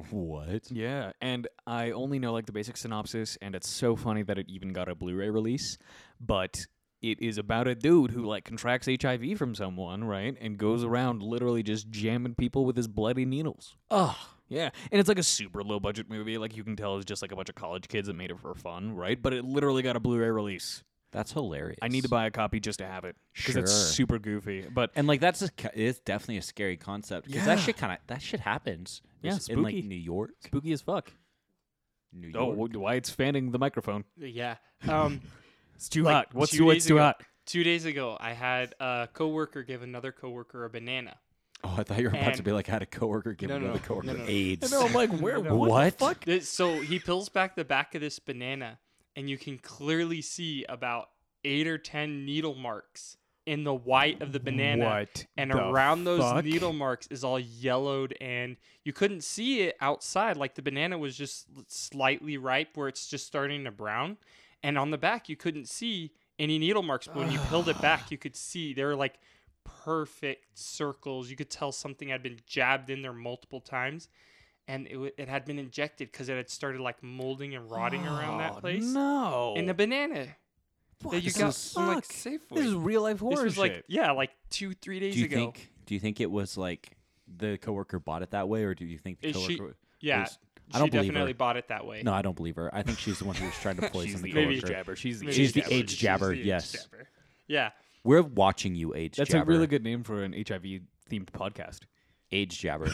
What? Yeah, and I only know like the basic synopsis, and it's so funny that it even got a Blu-ray release. But it is about a dude who like contracts HIV from someone, right, and goes around literally just jamming people with his bloody needles. Oh, Yeah, and it's like a super low budget movie. Like you can tell, it's just like a bunch of college kids that made it for fun, right? But it literally got a Blu-ray release. that's hilarious. I need to buy a copy just to have it because it's Sure. super goofy. But And like that's a, ca- it's definitely a scary concept because that Yeah. shit kind of that shit happens. Yeah, It's in like spooky. New York. spooky as fuck. New Oh, York. Wyatt's fanning the microphone. Yeah. Um, It's too Like, hot. What's two too, what's days too ago- hot? two days ago, I had a coworker give another coworker a banana. Oh, I thought you were about to and- be like I had a coworker give No, no, another no, coworker no, no, no. AIDS. No, I'm like, where? No. What? What? The fuck? Th- So he peels back the back of this banana, and you can clearly see about eight or ten needle marks in the white of the banana. What And the around those fuck? needle marks is all yellowed, and you couldn't see it outside. Like the banana was just l- slightly ripe, where it's just starting to brown. And on the back, you couldn't see any needle marks. But when you peeled it back, you could see they were like perfect circles. You could tell something had been jabbed in there multiple times, and it, w- it had been injected because it had started like molding and rotting around that Oh, place. No. And the banana that you the got is- from like fuck? Safeway. This is real life horror This was like shit. yeah, like two three days do you ago. think? Do you think it was like the coworker bought it that way, or do you think the Is coworker? she- yeah, was- she I don't believe definitely her. bought it that way. No, I don't believe her. I think she's the one who was trying to poison She's the the maybe AIDS coworker. jabber. She's the Maybe She's AIDS the jabber. AIDS jabber, She's the yes. AIDS jabber. Yeah. We're watching you, AIDS That's jabber. a really good name for an HIV themed podcast. AIDS jabber.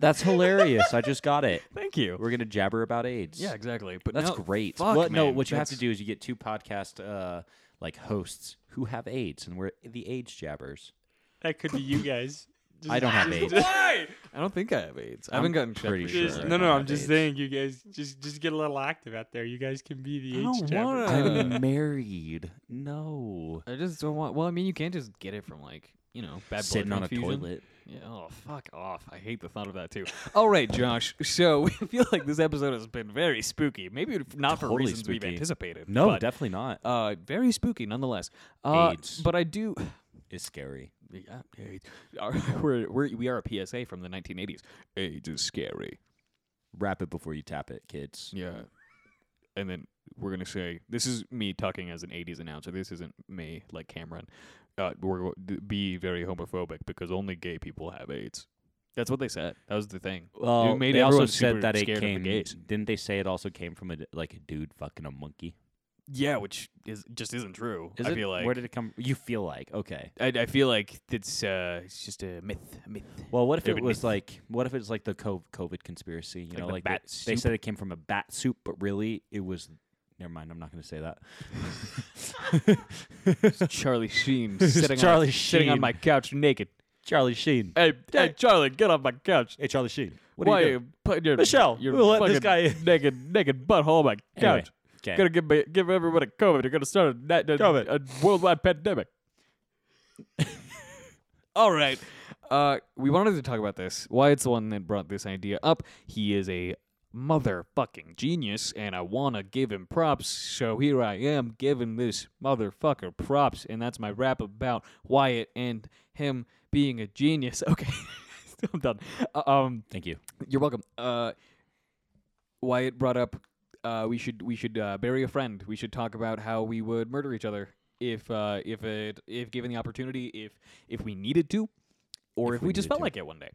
That's hilarious. I just got it. Thank you. We're gonna jabber about AIDS. Yeah, exactly. But That's no, great. Fuck, well, no, man, what you have to that's- do is you get two podcast uh, like hosts who have AIDS, and we're the AIDS jabbers. That could be you guys. Just, I don't have AIDS. Why? I don't think I have AIDS. I haven't gotten checked pretty for sure. sure. Just, I no, don't no, I'm have just AIDS. saying, you guys just just get a little active out there. You guys can be the I AIDS don't jabber. wanna. I'm married. No. I just don't want. Well, I mean, you can't just get it from like you know bad blood Sitting on a transfusion. toilet. Yeah, oh, fuck off. I hate the thought of that, too. All right, Josh. So we feel like this episode has been very spooky. Maybe not for Totally reasons we've spooky. anticipated. No, but, definitely not. uh, very spooky nonetheless. Uh, AIDS. But I do. It's scary. Yeah, AIDS. Our- We're, we're, we are a PSA from the 1980s. AIDS is scary. Wrap it before you tap it, kids. Yeah. And then we're going to say this is me talking as an 80s announcer. This isn't me, like Cameron. Uh, we're going to be very homophobic because only gay people have AIDS. That's what they said. That was the thing. Well, made they also everyone super said that it scared of the came. gays. Didn't they say it also came from a d- like a dude fucking a monkey? Yeah, which is just isn't true. Is I it? feel like Where did it come? You feel like okay. I, I feel like it's uh it's just a myth, a myth. Well, what if it Stupid was myth. like what if it's like the co- COVID conspiracy? You Like know, the like bat the- they soup? said it came from a bat soup, but really it was. Never mind, I'm not going to say that. Charlie Sheen sitting Charlie on, sitting on Sheen. my couch naked. Charlie Sheen. Hey, hey, Charlie, get off my couch. Hey, Charlie Sheen. What Why are you doing? putting your Michelle, Your we'll let this fucking guy in. naked, naked butthole on my Anyway, couch. okay. Gonna give me, give everyone a COVID. You're gonna start a, na- a, COVID. a worldwide pandemic. All right. Uh, we wanted to talk about this. Wyatt's the one that brought this idea up. He is a motherfucking genius, and I want to give him props. So here I am giving this motherfucker props, and that's my rap about Wyatt and him being a genius. Okay, I'm done. Uh, um, Thank you. you're welcome. Uh, Wyatt brought up uh, we should we should uh, bury a friend. We should talk about how we would murder each other if uh, if it if given the opportunity, if if we needed to, or if, If we, we just needed felt to. like it one day.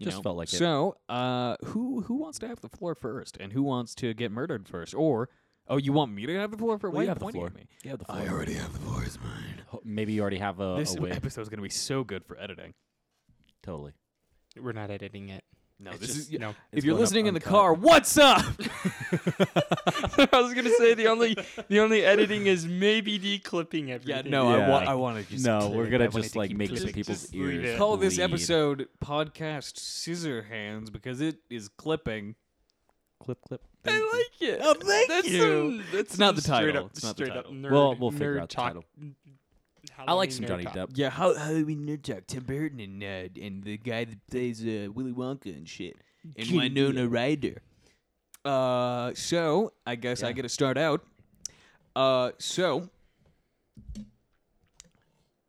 You Just know? felt like it. so, uh, who who wants to have the floor first, and who wants to get murdered first, or oh, you want me to have the floor first? Well, Why are you you have the pointing at floor. me? Yeah, the I already have the floor. It's mine. Maybe you already have a, this a win. episode's gonna be so good for editing. Totally. We're not editing it. No, It's this just- is No. if you're going up listening in the uncut. car, what's up? I was gonna say the only the only editing is maybe declipping yeah, everything. no, I, Yeah. wa- I want to just No, clip we're it. I gonna wanted just to like keep make clipping. some clipping. people's Just leave ears it. call this bleed. episode podcast scissor hands because it is clipping clip clip. I like it. Oh, thank that's you. Some, that's It's not some the straight title. Up, It's not the straight title. Up nerd, We'll- we'll figure nerd out the talk. title. I Halloween like some nerd Johnny talk. Depp. yeah how how we nerd talk tim burton and uh, and the guy that plays uh, willy wonka and shit and winona ryder uh so i guess i Yeah. get to start out uh so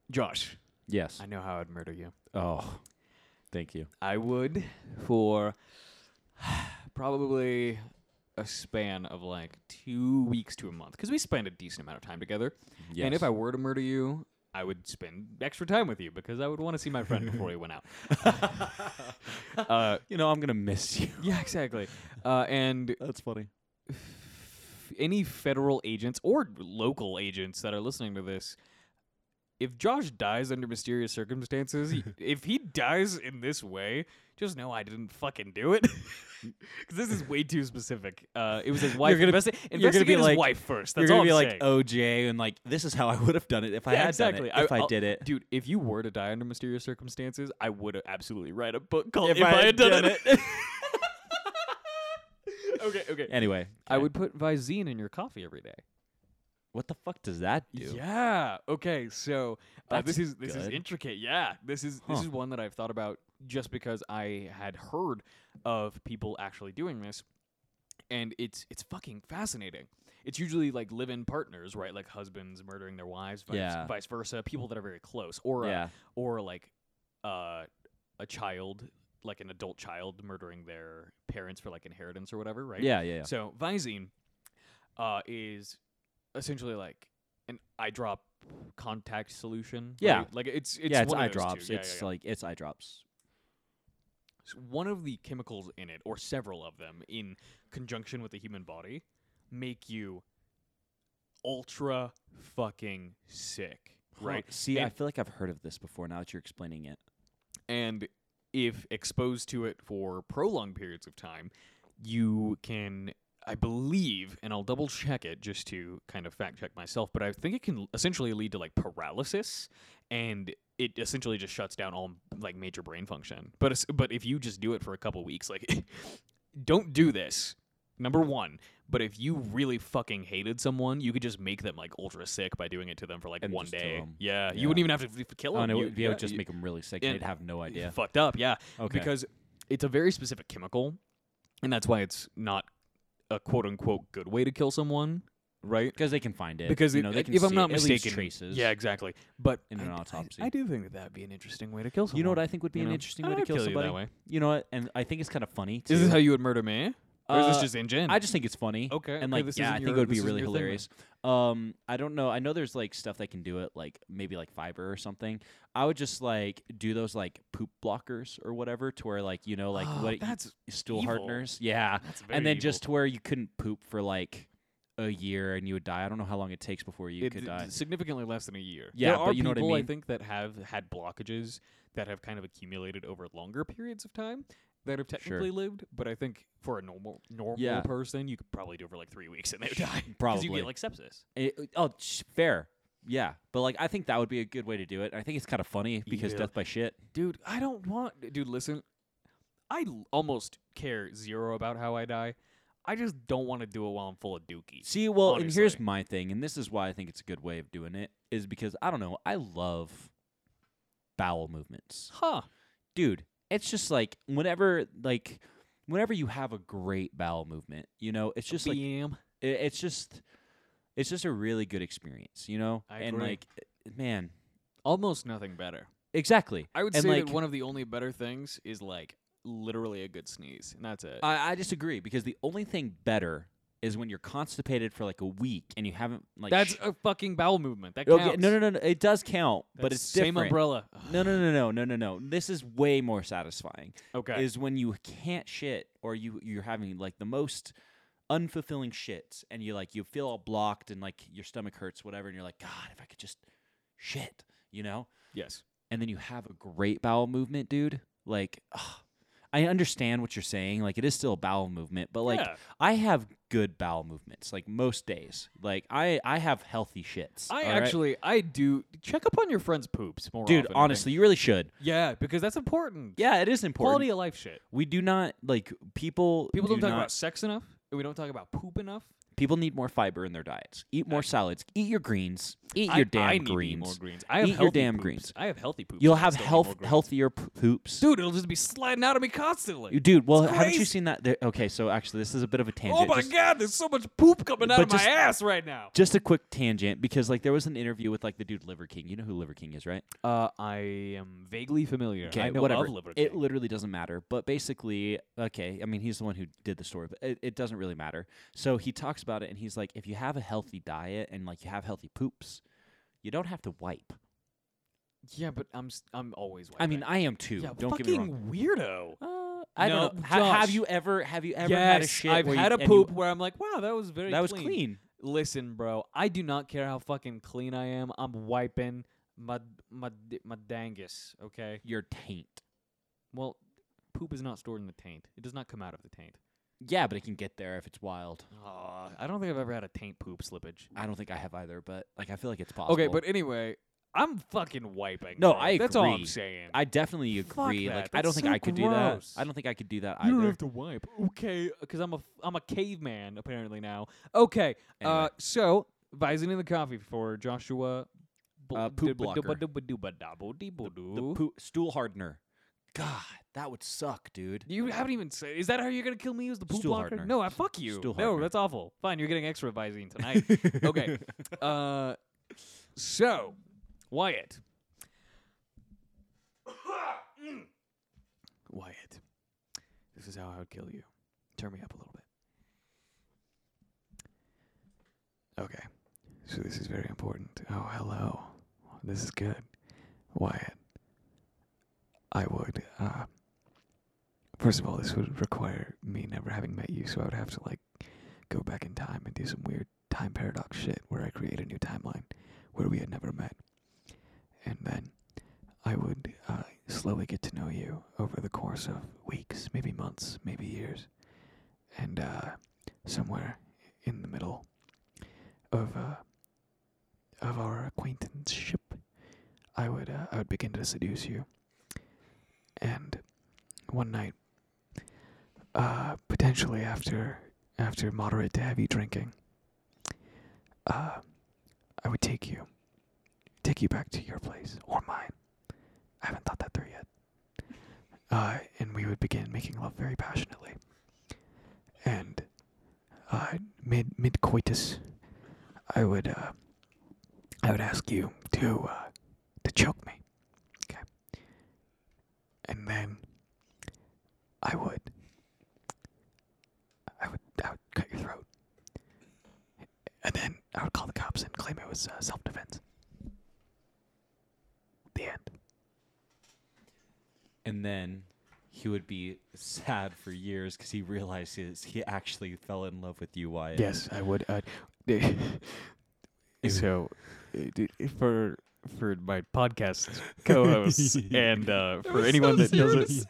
josh Yes. i know how i'd murder you Oh, thank you. I would for probably a span of like two weeks to a month because we spend a decent amount of time together. Yes. And if I were to murder you, I would spend extra time with you because I would want to see my friend before he went out. uh, you know, I'm gonna miss you. yeah, exactly. Uh, and That's funny. f- any federal agents or local agents that are listening to this, if Josh dies under mysterious circumstances, y- if he dies in this way, just know I didn't fucking do it. Because this is way too specific. Uh, it was his wife. gonna- investi- you're gonna be investigate his like- wife first. You're That's gonna all be I'm like saying. OJ and like this is how I would have done it if I Yeah, had exactly. done it if I, I'll- did it. dude. If you were to die under mysterious circumstances, I would absolutely write a book called "If, I, Had Done, it. okay, okay. Anyway, I would put Visine in your coffee every day. What the fuck does that do? Yeah. Okay. So uh, this That's is this is good. intricate. Yeah. This is this Huh. is one that I've thought about just because I had heard of people actually doing this, and it's it's fucking fascinating. It's usually like live-in partners, right? Like husbands murdering their wives, vice, Yeah. vice versa. People that are very close, or uh, Yeah. or like uh, a child, like an adult child murdering their parents for like inheritance or whatever, right? Yeah, yeah, yeah. So Visine uh, is essentially like an eye drop contact solution. Yeah. right? like it's it's yeah, it's one eye of those two. drops. Yeah, it's yeah, yeah. like it's eye drops. S- one of the chemicals in it, or several of them, in conjunction with the human body, make you ultra fucking sick, right? Huh. See, I And- feel like I've heard of this before now that you're explaining it. and if exposed to it for prolonged periods of time, you can, I believe, and I'll double check it just to kind of fact check myself, but I think it can essentially lead to like paralysis, and it essentially just shuts down all like major brain function. But it's- but if you just do it for a couple weeks, like, don't do this. Number one, but if you really fucking hated someone, you could just make them like ultra sick by doing it to them for like And one just kill day. 'em. Yeah, Yeah. you wouldn't even have to f- kill Oh, them. no, you, it would yeah, just you- make them really sick. and- they'd have no idea. fucked up. Yeah, Okay. because it's a very specific chemical, and that's why it's not a quote unquote good way to kill someone, right? because they can find it. Because you it- know, they if can I'm see not it. It leaves mistaken, traces. Yeah, exactly. But In I an d- I- autopsy. I, do think that that'd be an interesting way to kill someone. You know what I think would be you an know? interesting way I'd to kill kill you that somebody. way. You know what? And I think it's kind of funny. Too. Is this how you would murder me, or is this Uh, just in gen? I just think it's funny. Okay, okay, And like, this yeah, isn't I think your- it would be this isn't really your thing then. hilarious. Um, I don't know. I know there's like stuff that can do it, like maybe like fiber or something. I would just like do those like poop blockers or whatever, to where like you know like Oh, what you- that's stool evil. hardeners, yeah, that's very and then evil. just to where you couldn't poop for like a year and you would die. I don't know how long it takes before you It- could d- die. significantly less than a year. Yeah, there but are you know what I people mean? think that have had blockages that have kind of accumulated over longer periods of time that have technically lived, but I think for a normal normal Yeah. person, you could probably do it for like three weeks and they would die. Because you Probably. get like sepsis. It- oh, sh- fair. Yeah, but like I think that would be a good way to do it. I think it's kind of funny because Yeah. death by shit. Dude, I don't want dude, listen. I l- almost care zero about how I die. I just don't want to do it while I'm full of dookies. See, well, and here's Honestly. my thing, and this is why I think it's a good way of doing it, is because I don't know, I love bowel movements. Huh. dude, it's just like whenever like whenever you have a great bowel movement, you know, it's just like BM. it, it's just it's just a really good experience, you know? I and agree. like eh, man, almost nothing better. exactly. I would And, say like- that one of the only better things is like literally a good sneeze, and that's it. I, I disagree because the only thing better is when you're constipated for like a week and you haven't like that's sh- a fucking bowel movement. That counts. okay, no no no no it does count, but That's it's same different. umbrella. No no no no no no no. This is way more satisfying. Okay. is when you can't shit or you you're having like the most unfulfilling shits and you like you feel all blocked and like your stomach hurts whatever and you're like god if i could just shit you know yes. and then you have a great bowel movement dude like ugh, i understand what you're saying like it is still a bowel movement but like Yeah. i have good bowel movements like most days like i i have healthy shits I all right? actually I do check up on your friends' poops more. dude often, I think. honestly you really should Yeah, because that's important. yeah it is important Quality of life shit. we do not like people People do don't talk not- about sex enough, and we don't talk about poop enough. People need more fiber in their diets. Eat more salads. Eat your greens. Eat I- your damn I need to eat greens. more greens. I have Eat your healthy damn poops. greens. I have healthy poops. You'll but I have still need more health, greens. healthier p- poops. Dude, it'll just be sliding out of me constantly. Dude, well, It's haven't you crazy. seen that? There, okay, so actually, this is a bit of a tangent. Oh my just, god, there's so much poop coming out but of my just- ass right now. Just a quick tangent because like there was an interview with like the dude Liver King. You know who Liver King is, right? Uh, I am vaguely familiar. Okay, I know whatever. of Liver It King. literally doesn't matter. But basically, okay, I mean, he's the one who did the story, but it, it doesn't really matter. So he talks about it, and he's like, if you have a healthy diet and like you have healthy poops, you don't have to wipe. yeah, but I'm s- I'm always. I mean, wiping. I am too. yeah, don't fucking get me wrong. weirdo. Uh, I No, don't know. Ha- have Josh. you ever? Have you ever had a yes, shit? I've where you- had a and you- poop where I'm like, wow, that was very. that was clean. Listen, bro, I do not care how fucking clean I am. I'm wiping my my d- my dangus. Okay. Your taint. Well, poop is not stored in the taint. It does not come out of the taint. Yeah, but it can get there if it's wild. I don't think I've ever had a taint poop slippage. I don't think I have either, but like I feel like it's possible. Okay, but anyway, I'm fucking wiping. No, bro. I That's all I'm agree. saying. I definitely Fuck agree. that, Like I don't that's think so I could do that. gross. I don't think I could do that you either. don't have to wipe. Okay, because I'm a f- I'm a caveman apparently now. Okay, uh, Anyway. so vising in the coffee for Joshua. Bo- Uh, poop blocker. The dubba-dubba-dubba-dabble-dee-boo-doo. poo- stool hardener. God, that would suck, dude. You haven't even said. Is that how you're gonna kill me? Is the poop Stool blocker? hardener. No, I fuck you. Stool no, hardener. that's awful. Fine, you're getting extra visine tonight. okay, uh, so Wyatt, Wyatt, this is how I would kill you. Turn me up a little bit. Okay, so this is very important. Oh, hello. This is good, Wyatt. I would. Uh, First of all, this would require me never having met you, so I would have to like go back in time and do some weird time paradox shit where I create a new timeline where we had never met. And then I would uh, slowly get to know you over the course of weeks, maybe months, maybe years. And uh, somewhere in the middle of uh, of our acquaintanceship, I would uh, I would begin to seduce you. And one night, uh, potentially after after moderate to heavy drinking, uh, I would take you, take you back to your place or mine. I haven't thought that through yet. Uh, and we would begin making love very passionately. And uh, mid mid coitus, I would uh, I would ask you to uh, to choke me, okay. And then I would. I would. I would cut your throat. And then I would call the cops and claim it was uh, self defense. The end. And then he would be sad for years because he realizes he actually fell in love with you, Wyatt. Yes, I would. Uh, so, uh, d- for for my podcast co-hosts and uh, for anyone that doesn't,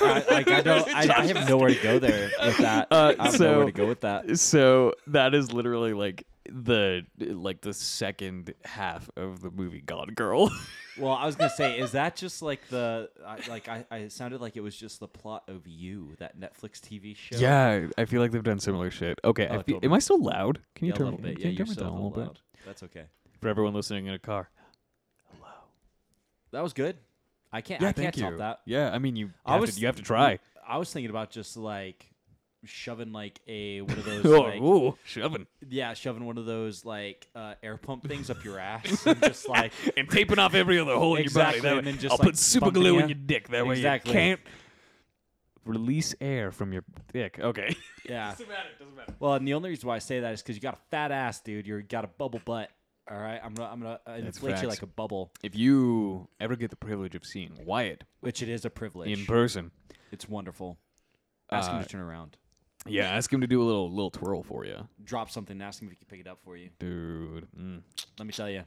I, like I don't. I, I have nowhere to go there with that. Uh, I have so- nowhere to go with that. so that is literally like the like the second half of the movie God Girl. Well, I was gonna say, is that just like the I, like I, I it sounded like it was just the plot of you that Netflix TV show? Yeah, I feel like they've done similar shit. Okay, I Oh, feel, totally. am I still loud? Can you Yeah, a turn little bit. Can Yeah, you turn you're me still down a little bit? That's okay. For everyone listening in a car. That was good. I can't. Yeah, I thank can't you. top that. Yeah, I mean you. I have was- to, you have to try. I was thinking about just like shoving like a one of those Oh, like ooh, shoving yeah shoving one of those like uh, air pump things up your ass and just like and taping off every other hole Exactly, in your body. That and way- then just, I'll like, put super bumping glue in you. your dick. That way Exactly. you can't release air from your dick. Okay. yeah matter. Doesn't matter. well and the only reason why I say that is because you got a fat ass dude you got a bubble butt all right I'm gonna I'm gonna uh, inflate you facts. like a bubble If you ever get the privilege of seeing Wyatt which it is a privilege in person, it's wonderful ask him Uh, to turn around yeah, ask him to do a little little twirl for you, drop something and ask him if he can pick it up for you dude. Mm. let me tell you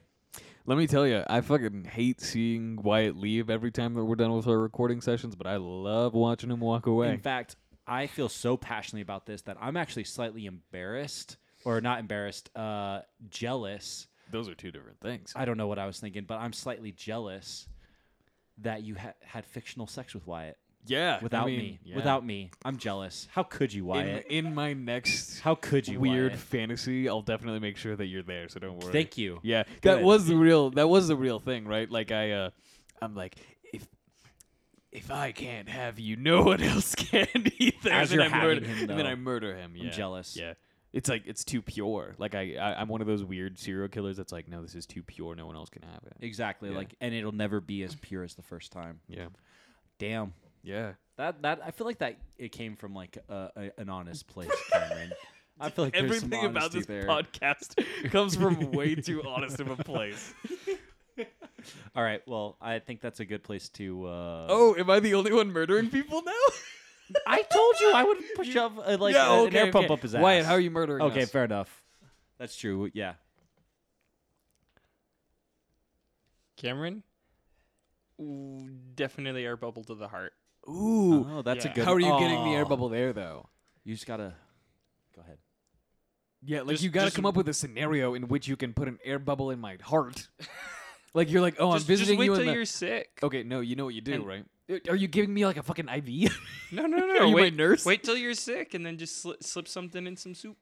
Let me tell you, I fucking hate seeing Wyatt leave every time that we're done with our recording sessions, but I love watching him walk away. In fact, I feel so passionately about this that I'm actually slightly embarrassed, or not embarrassed, uh, jealous. Those are two different things. I don't know what I was thinking, but I'm slightly jealous that you ha- had fictional sex with Wyatt yeah, without I mean, me. yeah. Without me, I'm jealous. How could you, in, Wyatt? in my next How could you, weird Wyatt? fantasy, I'll definitely make sure that you're there. So don't worry. Thank you. Yeah, Good. that was the real. That was the real thing, right? Like I, uh, I'm like, if if I can't have you, no one else can either. As and you're then I murder, having him, and then though, I murder him. Yeah. jealous. Yeah, it's like it's too pure. Like I, I, I'm one of those weird serial killers that's like, no, this is too pure. No one else can have it. Exactly. Yeah. Like, and it'll never be as pure as the first time. Yeah, Damn. yeah. That that I feel like that it came from like a, a, an honest place, Cameron. I feel like there's some Everything about honesty this there. podcast comes from way too honest of a place. All right. Well, I think that's a good place to. Uh... Oh, am I the only one murdering people now? I told you I would push up uh, like Yeah, a- an okay, air pump okay. up his ass. Wyatt, how are you murdering Okay, us? fair enough. That's true. Yeah. Cameron? Ooh, definitely air bubble to the heart. Ooh. Oh, that's Yeah. a good. How are you getting the air Aw. bubble there though? You just gotta. Go ahead. Yeah, like Just- you got to just- come up with a scenario in which you can put an air bubble in my heart. like you're like, "Oh, just, I'm visiting just wait you in till the- you're sick. Oh. Okay, no, you know what you do, And- right? Uh, Are you giving me like a fucking IV? No, no, Are no. you my wait, nurse? Wait till you're sick, and then just slip, slip something in some soup.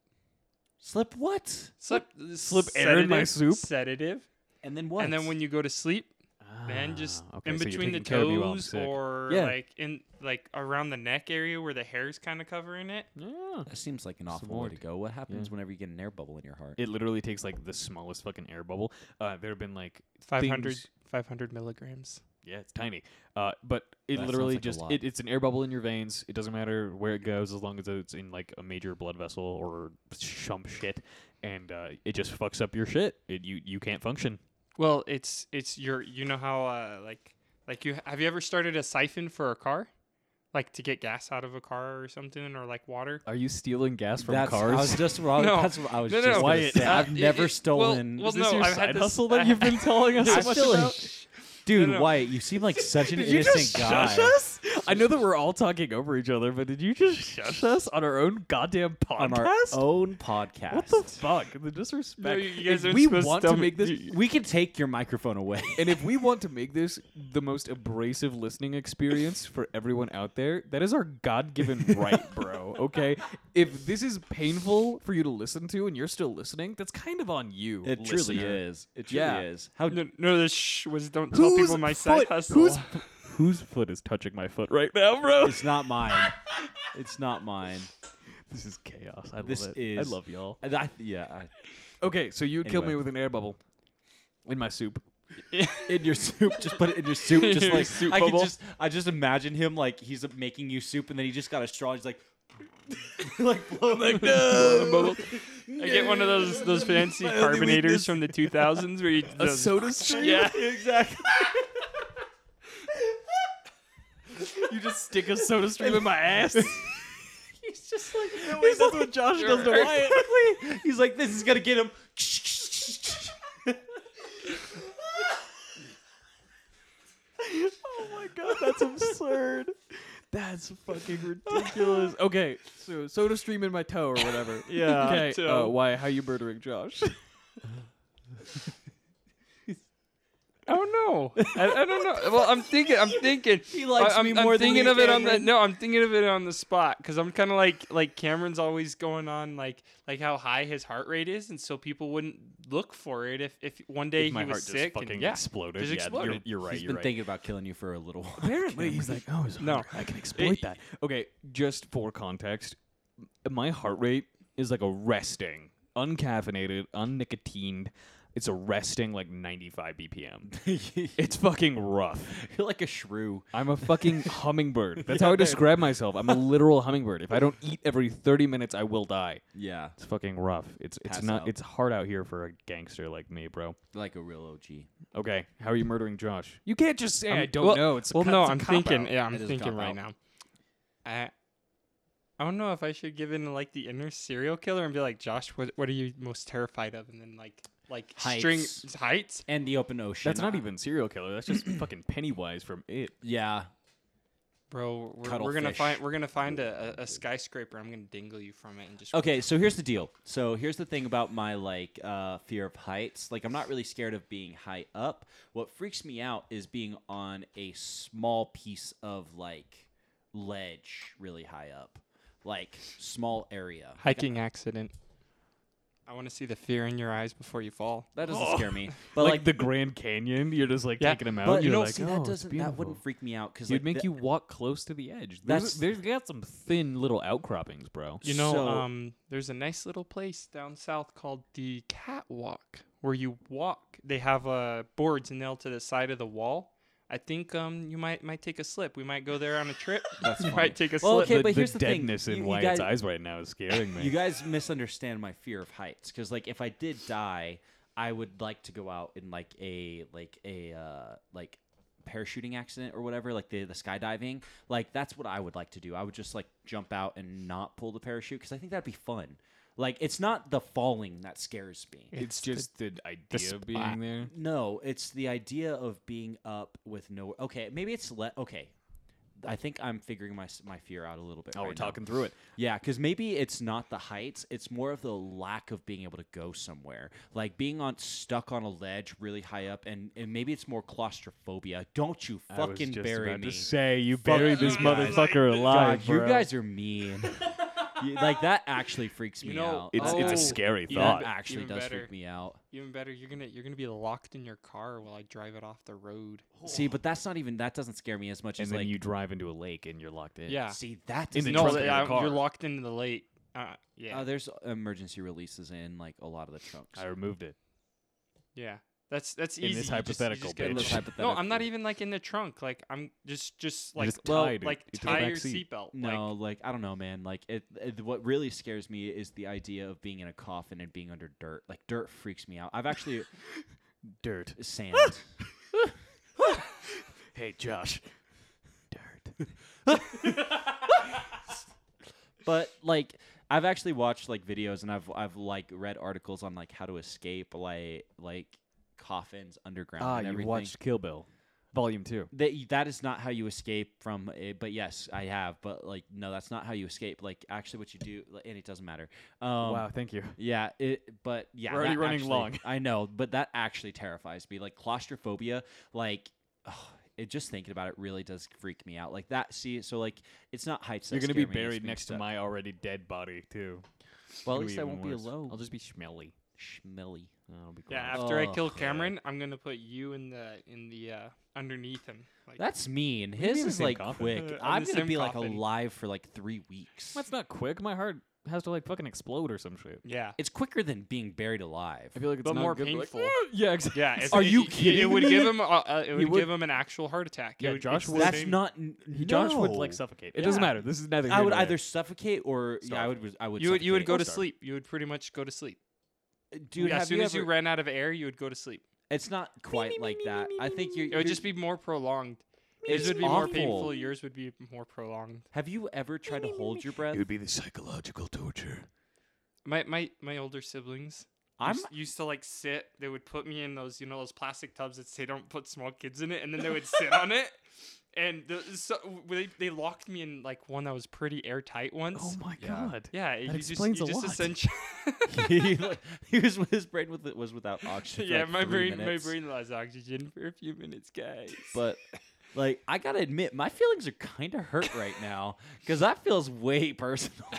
Slip what? Slip, uh, Slip air in my sedative- soup? Sedative. And then what? And then when you go to sleep, then just Ah, okay, in so you're between the taking care of me while I'm toes sick. or Yeah. like in like around the neck area where the hair's kind of covering it. Yeah. That seems like an awful way Savort. to go. What happens whenever you get an air bubble in your heart? It literally takes like the smallest fucking air bubble. Uh, there have been like 500, things- 500 milligrams. Yeah, it's tiny. Uh, but it That sounds literally like a just lot. it, it's an air bubble in your veins. It doesn't matter where it goes as long as it's in like a major blood vessel or some shit, and uh, it just fucks up your shit. It, you you can't function. Well, it's it's your you know how uh like like you have you ever started a siphon for a car? Like to get gas out of a car or something or like water? Are you stealing gas from that's, cars? I was just. Oh, I was- No. That's what I was No, no, just. no. gonna Wyatt, say. uh, I've it- never it- well- stolen. well, Is this no, your I've had side this- hustle I that you've had- been telling us I so had much this- about? Dude, no, no. Wyatt, you seem like such an Did you innocent just guy. shush us? I know that we're all talking over each other, but did you just shush us on our own goddamn podcast? on our own podcast. what the fuck? The disrespect. No, you- you guys If aren't we supposed to want tell to me- make this you- we can take your microphone away. And if we want to make this the most abrasive listening experience for everyone out there, that is our God given right, bro. Okay? If this is painful for you to listen to and you're still listening, that's kind of on you. It truly listener. is. It truly Yeah. is. How No, no, the shh was don't tell people my side foot, hustle. Whose, whose foot is touching my foot right now, bro? it's not mine. it's not mine. This is chaos. I love This it. is- I love y'all. I, I- yeah. I, Okay, so you killed Anyway. me with an air bubble in my soup. in your soup, just put it in your soup. Just Your like soup I can bubble. just, I just imagine him like he's making you soup, and then he just got a straw. He's like, like blowing like Bubble. I get one of those those fancy My only carbonators weakness- from the 2000s where you A Uh, those- soda stream? Yeah. exactly. You just stick a soda stream in my ass? He's just like, That's what Josh does to Wyatt. He's like, this is gonna get him. Oh my god, that's absurd. That's fucking ridiculous. Okay, so soda stream in my toe or whatever. Yeah, Okay. toe. Uh, why? How you murdering Josh? I don't know. I, I don't know. Well, I'm thinking. I'm thinking. He likes I, am me more I'm than thinking you, of it on the Cameron. no. I'm thinking of it on the spot because I'm kind of like like Cameron's always going on like like how high his heart rate is, and so people wouldn't look for it if if one day my he heart was just sick. fucking and, yeah. exploded. just yeah, exploded. You're, you're right. He's you're been right. thinking about killing you for a little while. Apparently, he's like, oh, it's No. no, I can exploit that. Okay, just for context, my heart rate is like a resting, uncaffeinated, unnicotined. It's a resting like 95 BPM. It's fucking rough. You're like a shrew. I'm a fucking hummingbird. That's how I describe myself. I'm a literal hummingbird. If I don't eat every 30 minutes, I will die. Yeah, It's fucking rough. It's it's Pass not out. it's hard out here for a gangster like me, bro. like a real OG. Okay, how are you murdering Josh? You can't just say I'm- I don't well- know. It's a well, co- no. it's a I'm cop-out. thinking. Yeah, I'm It is a thinking right now. cop-out. I I don't know if I should give in to like the inner serial killer and be like, Josh, what what are you most terrified of? And then like like string Heights. heights. And the open ocean. That's not even serial killer. That's just fucking Pennywise from it. Yeah, Bro, we're, we're gonna Cuttlefish. find we're gonna find a, a, a skyscraper. I'm gonna dingle you from it and just Okay, so here's the deal. So here's the thing about my like uh, fear of heights. Like I'm not really scared of being high up. What freaks me out is being on a small piece of like ledge really high up. Like small area. hiking accident. I want to see the fear in your eyes before you fall. That doesn't scare me. But But Oh. like, like, the Grand Canyon, you're just like Yeah, taking him out. but you're you know, like, see, oh, that it's doesn't that beautiful." wouldn't freak me out because You'd make you walk close to the edge. That's- There's, there's got some thin little outcroppings, bro. You know, So- um, there's a nice little place down south called the Catwalk where you walk. They have uh, boards nailed to the side of the wall. I think um, you might might take a slip. We might go there on a trip. you might take a Well, slip. okay, the, but here's the the thing. deadness You- in you Wyatt's guys- eyes right now is scaring me. You guys misunderstand my fear of heights because, like, if I did die, I would like to go out in like a like a uh, like parachuting accident or whatever, like the the skydiving. Like that's what I would like to do. I would just like jump out and not pull the parachute because I think that'd be fun. Like it's not the falling that scares me. it's just the, idea of splat. being there. No, it's the idea of being up with no. Okay, maybe it's let. Okay, I think I'm figuring my s- my fear out a little bit. Oh, right we're now. talking through it. Yeah, because maybe it's not the heights; it's more of the lack of being able to go somewhere, like being on stuck on a ledge really high up, and and maybe it's more claustrophobia. Don't you I was fucking just bury about me, to say you Fuck buried this you guys. motherfucker God! alive, You bro. guys are mean. You- like that actually freaks me You know, out. it's it's Oh, a scary yeah. thought. That actually Even does better. freak me out. Even better, you're gonna you're gonna be locked in your car while I drive it off the road. See, but that's not even that doesn't scare me as much And as then like you drive into a lake and you're locked in. Yeah. see that In the doesn't- no, trunk of I- your car. you're locked into the lake. Uh, yeah, Uh, there's emergency releases in like a lot of the trunks. I removed it. yeah. That's that's In easy. this You just- you hypothetical, just gotta bitch. lock- This No, I'm not hypothetical. even like in the trunk. Like I'm just just like just well, tied it like into the tie back your seat. seatbelt. No, Like, like I don't know, man. Like it, it- what really scares me is the idea of being in a coffin and being under dirt. Like dirt freaks me out. I've actually Dirt. sand. Hey, Josh. Dirt. but like I've actually watched like videos and I've I've like read articles on like how to escape like like coffins underground Ah, and you everything. watched Kill Bill, Volume Two. that that is not how you escape from it but yes i have but like no that's not how you escape like actually what you do and it doesn't matter um wow, thank you. Yeah, it, but yeah, We're already that running actually- long. I know, but that actually terrifies me. Like claustrophobia, like ugh, it just thinking about it really does freak me out. Like that. See, so like it's not heights. You're that gonna scare be me, it's buried being next to stuck. my already dead body too. Well, at Gonna least I even won't worse. be alone. I'll just be smelly. schmelly. That'll be yeah. gross. After I Ugh. kill Cameron, I'm gonna put you in the in the uh, underneath him. Like, That's mean. do you mean His the is same like coffin? quick. Uh, on I'm the gonna same be like coffin. alive for like three weeks. That's not quick. My heart has to like fucking explode or some shit. yeah. It's quicker than being buried alive. I feel like it's But not more good, like, painful. "Ah!" yeah, exactly. Yeah, it's, Are it- you it- It kidding would give me? him. Uh, uh, it He would, would- give him an actual heart attack. It Yeah, would- Josh it's the would- That's same- not. Josh would like no. suffocate. It doesn't Yeah. matter. This is neither. I here would nor there. either suffocate or yeah, I Starve. would. I would. You would you would suffocate. go Or to starve. sleep. You would pretty much go to sleep. Dude, as have soon you as you ever- ran out of air, you would go to sleep. It's not quite like that. I think you're. It would you're- just be more prolonged. It's His would be more awful. painful. Yours would be more prolonged. Have you ever tried to hold your breath? be the psychological torture. My my my older siblings. I'm. used, used to like sit. They would put me in those you know those plastic tubs that say don't put small kids in it, and then they would sit on it. and the, so w- they they locked me in like one that was pretty airtight once. Oh my Yeah. god. yeah, you just you explains a just lot. essentially he, like, he was his brain with it was without oxygen. for, yeah, like, my three brain minutes. my brain lost oxygen for a few minutes, guys. But like, I gotta admit, my feelings are kind of hurt right now because that feels way personal.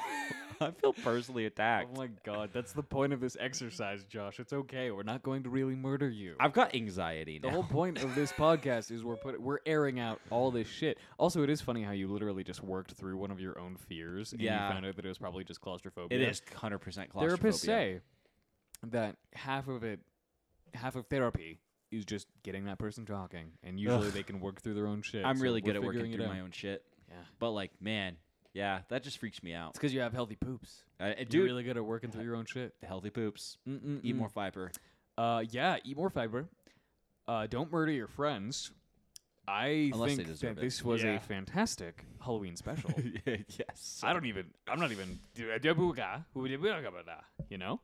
I feel personally attacked. Oh my god, that's the point of this exercise, Josh. It's okay. We're not going to really murder you. I've got anxiety the now. whole point of this podcast is we're put we're airing out all this shit. Also, it is funny how you literally just worked through one of your own fears and Yeah. you found out that it was probably just claustrophobia. it is hundred percent claustrophobia. Therapists say that half of it half of therapy is just getting that person talking and usually they can work through their own shit. I'm so really we're good at working figuring it through my out. own shit. Yeah. But like, man, yeah, that just freaks me out. It's cuz you have healthy poops. I, I- You're Eh, dude, really good at working through your own shit. the healthy poops. Mm-mm-mm. Eat more fiber. Uh, yeah, eat more fiber. Uh, don't murder your friends. I Unless they think deserve that it. this was Yeah. a fantastic Halloween special. yes. I don't even. I'm not even. You know.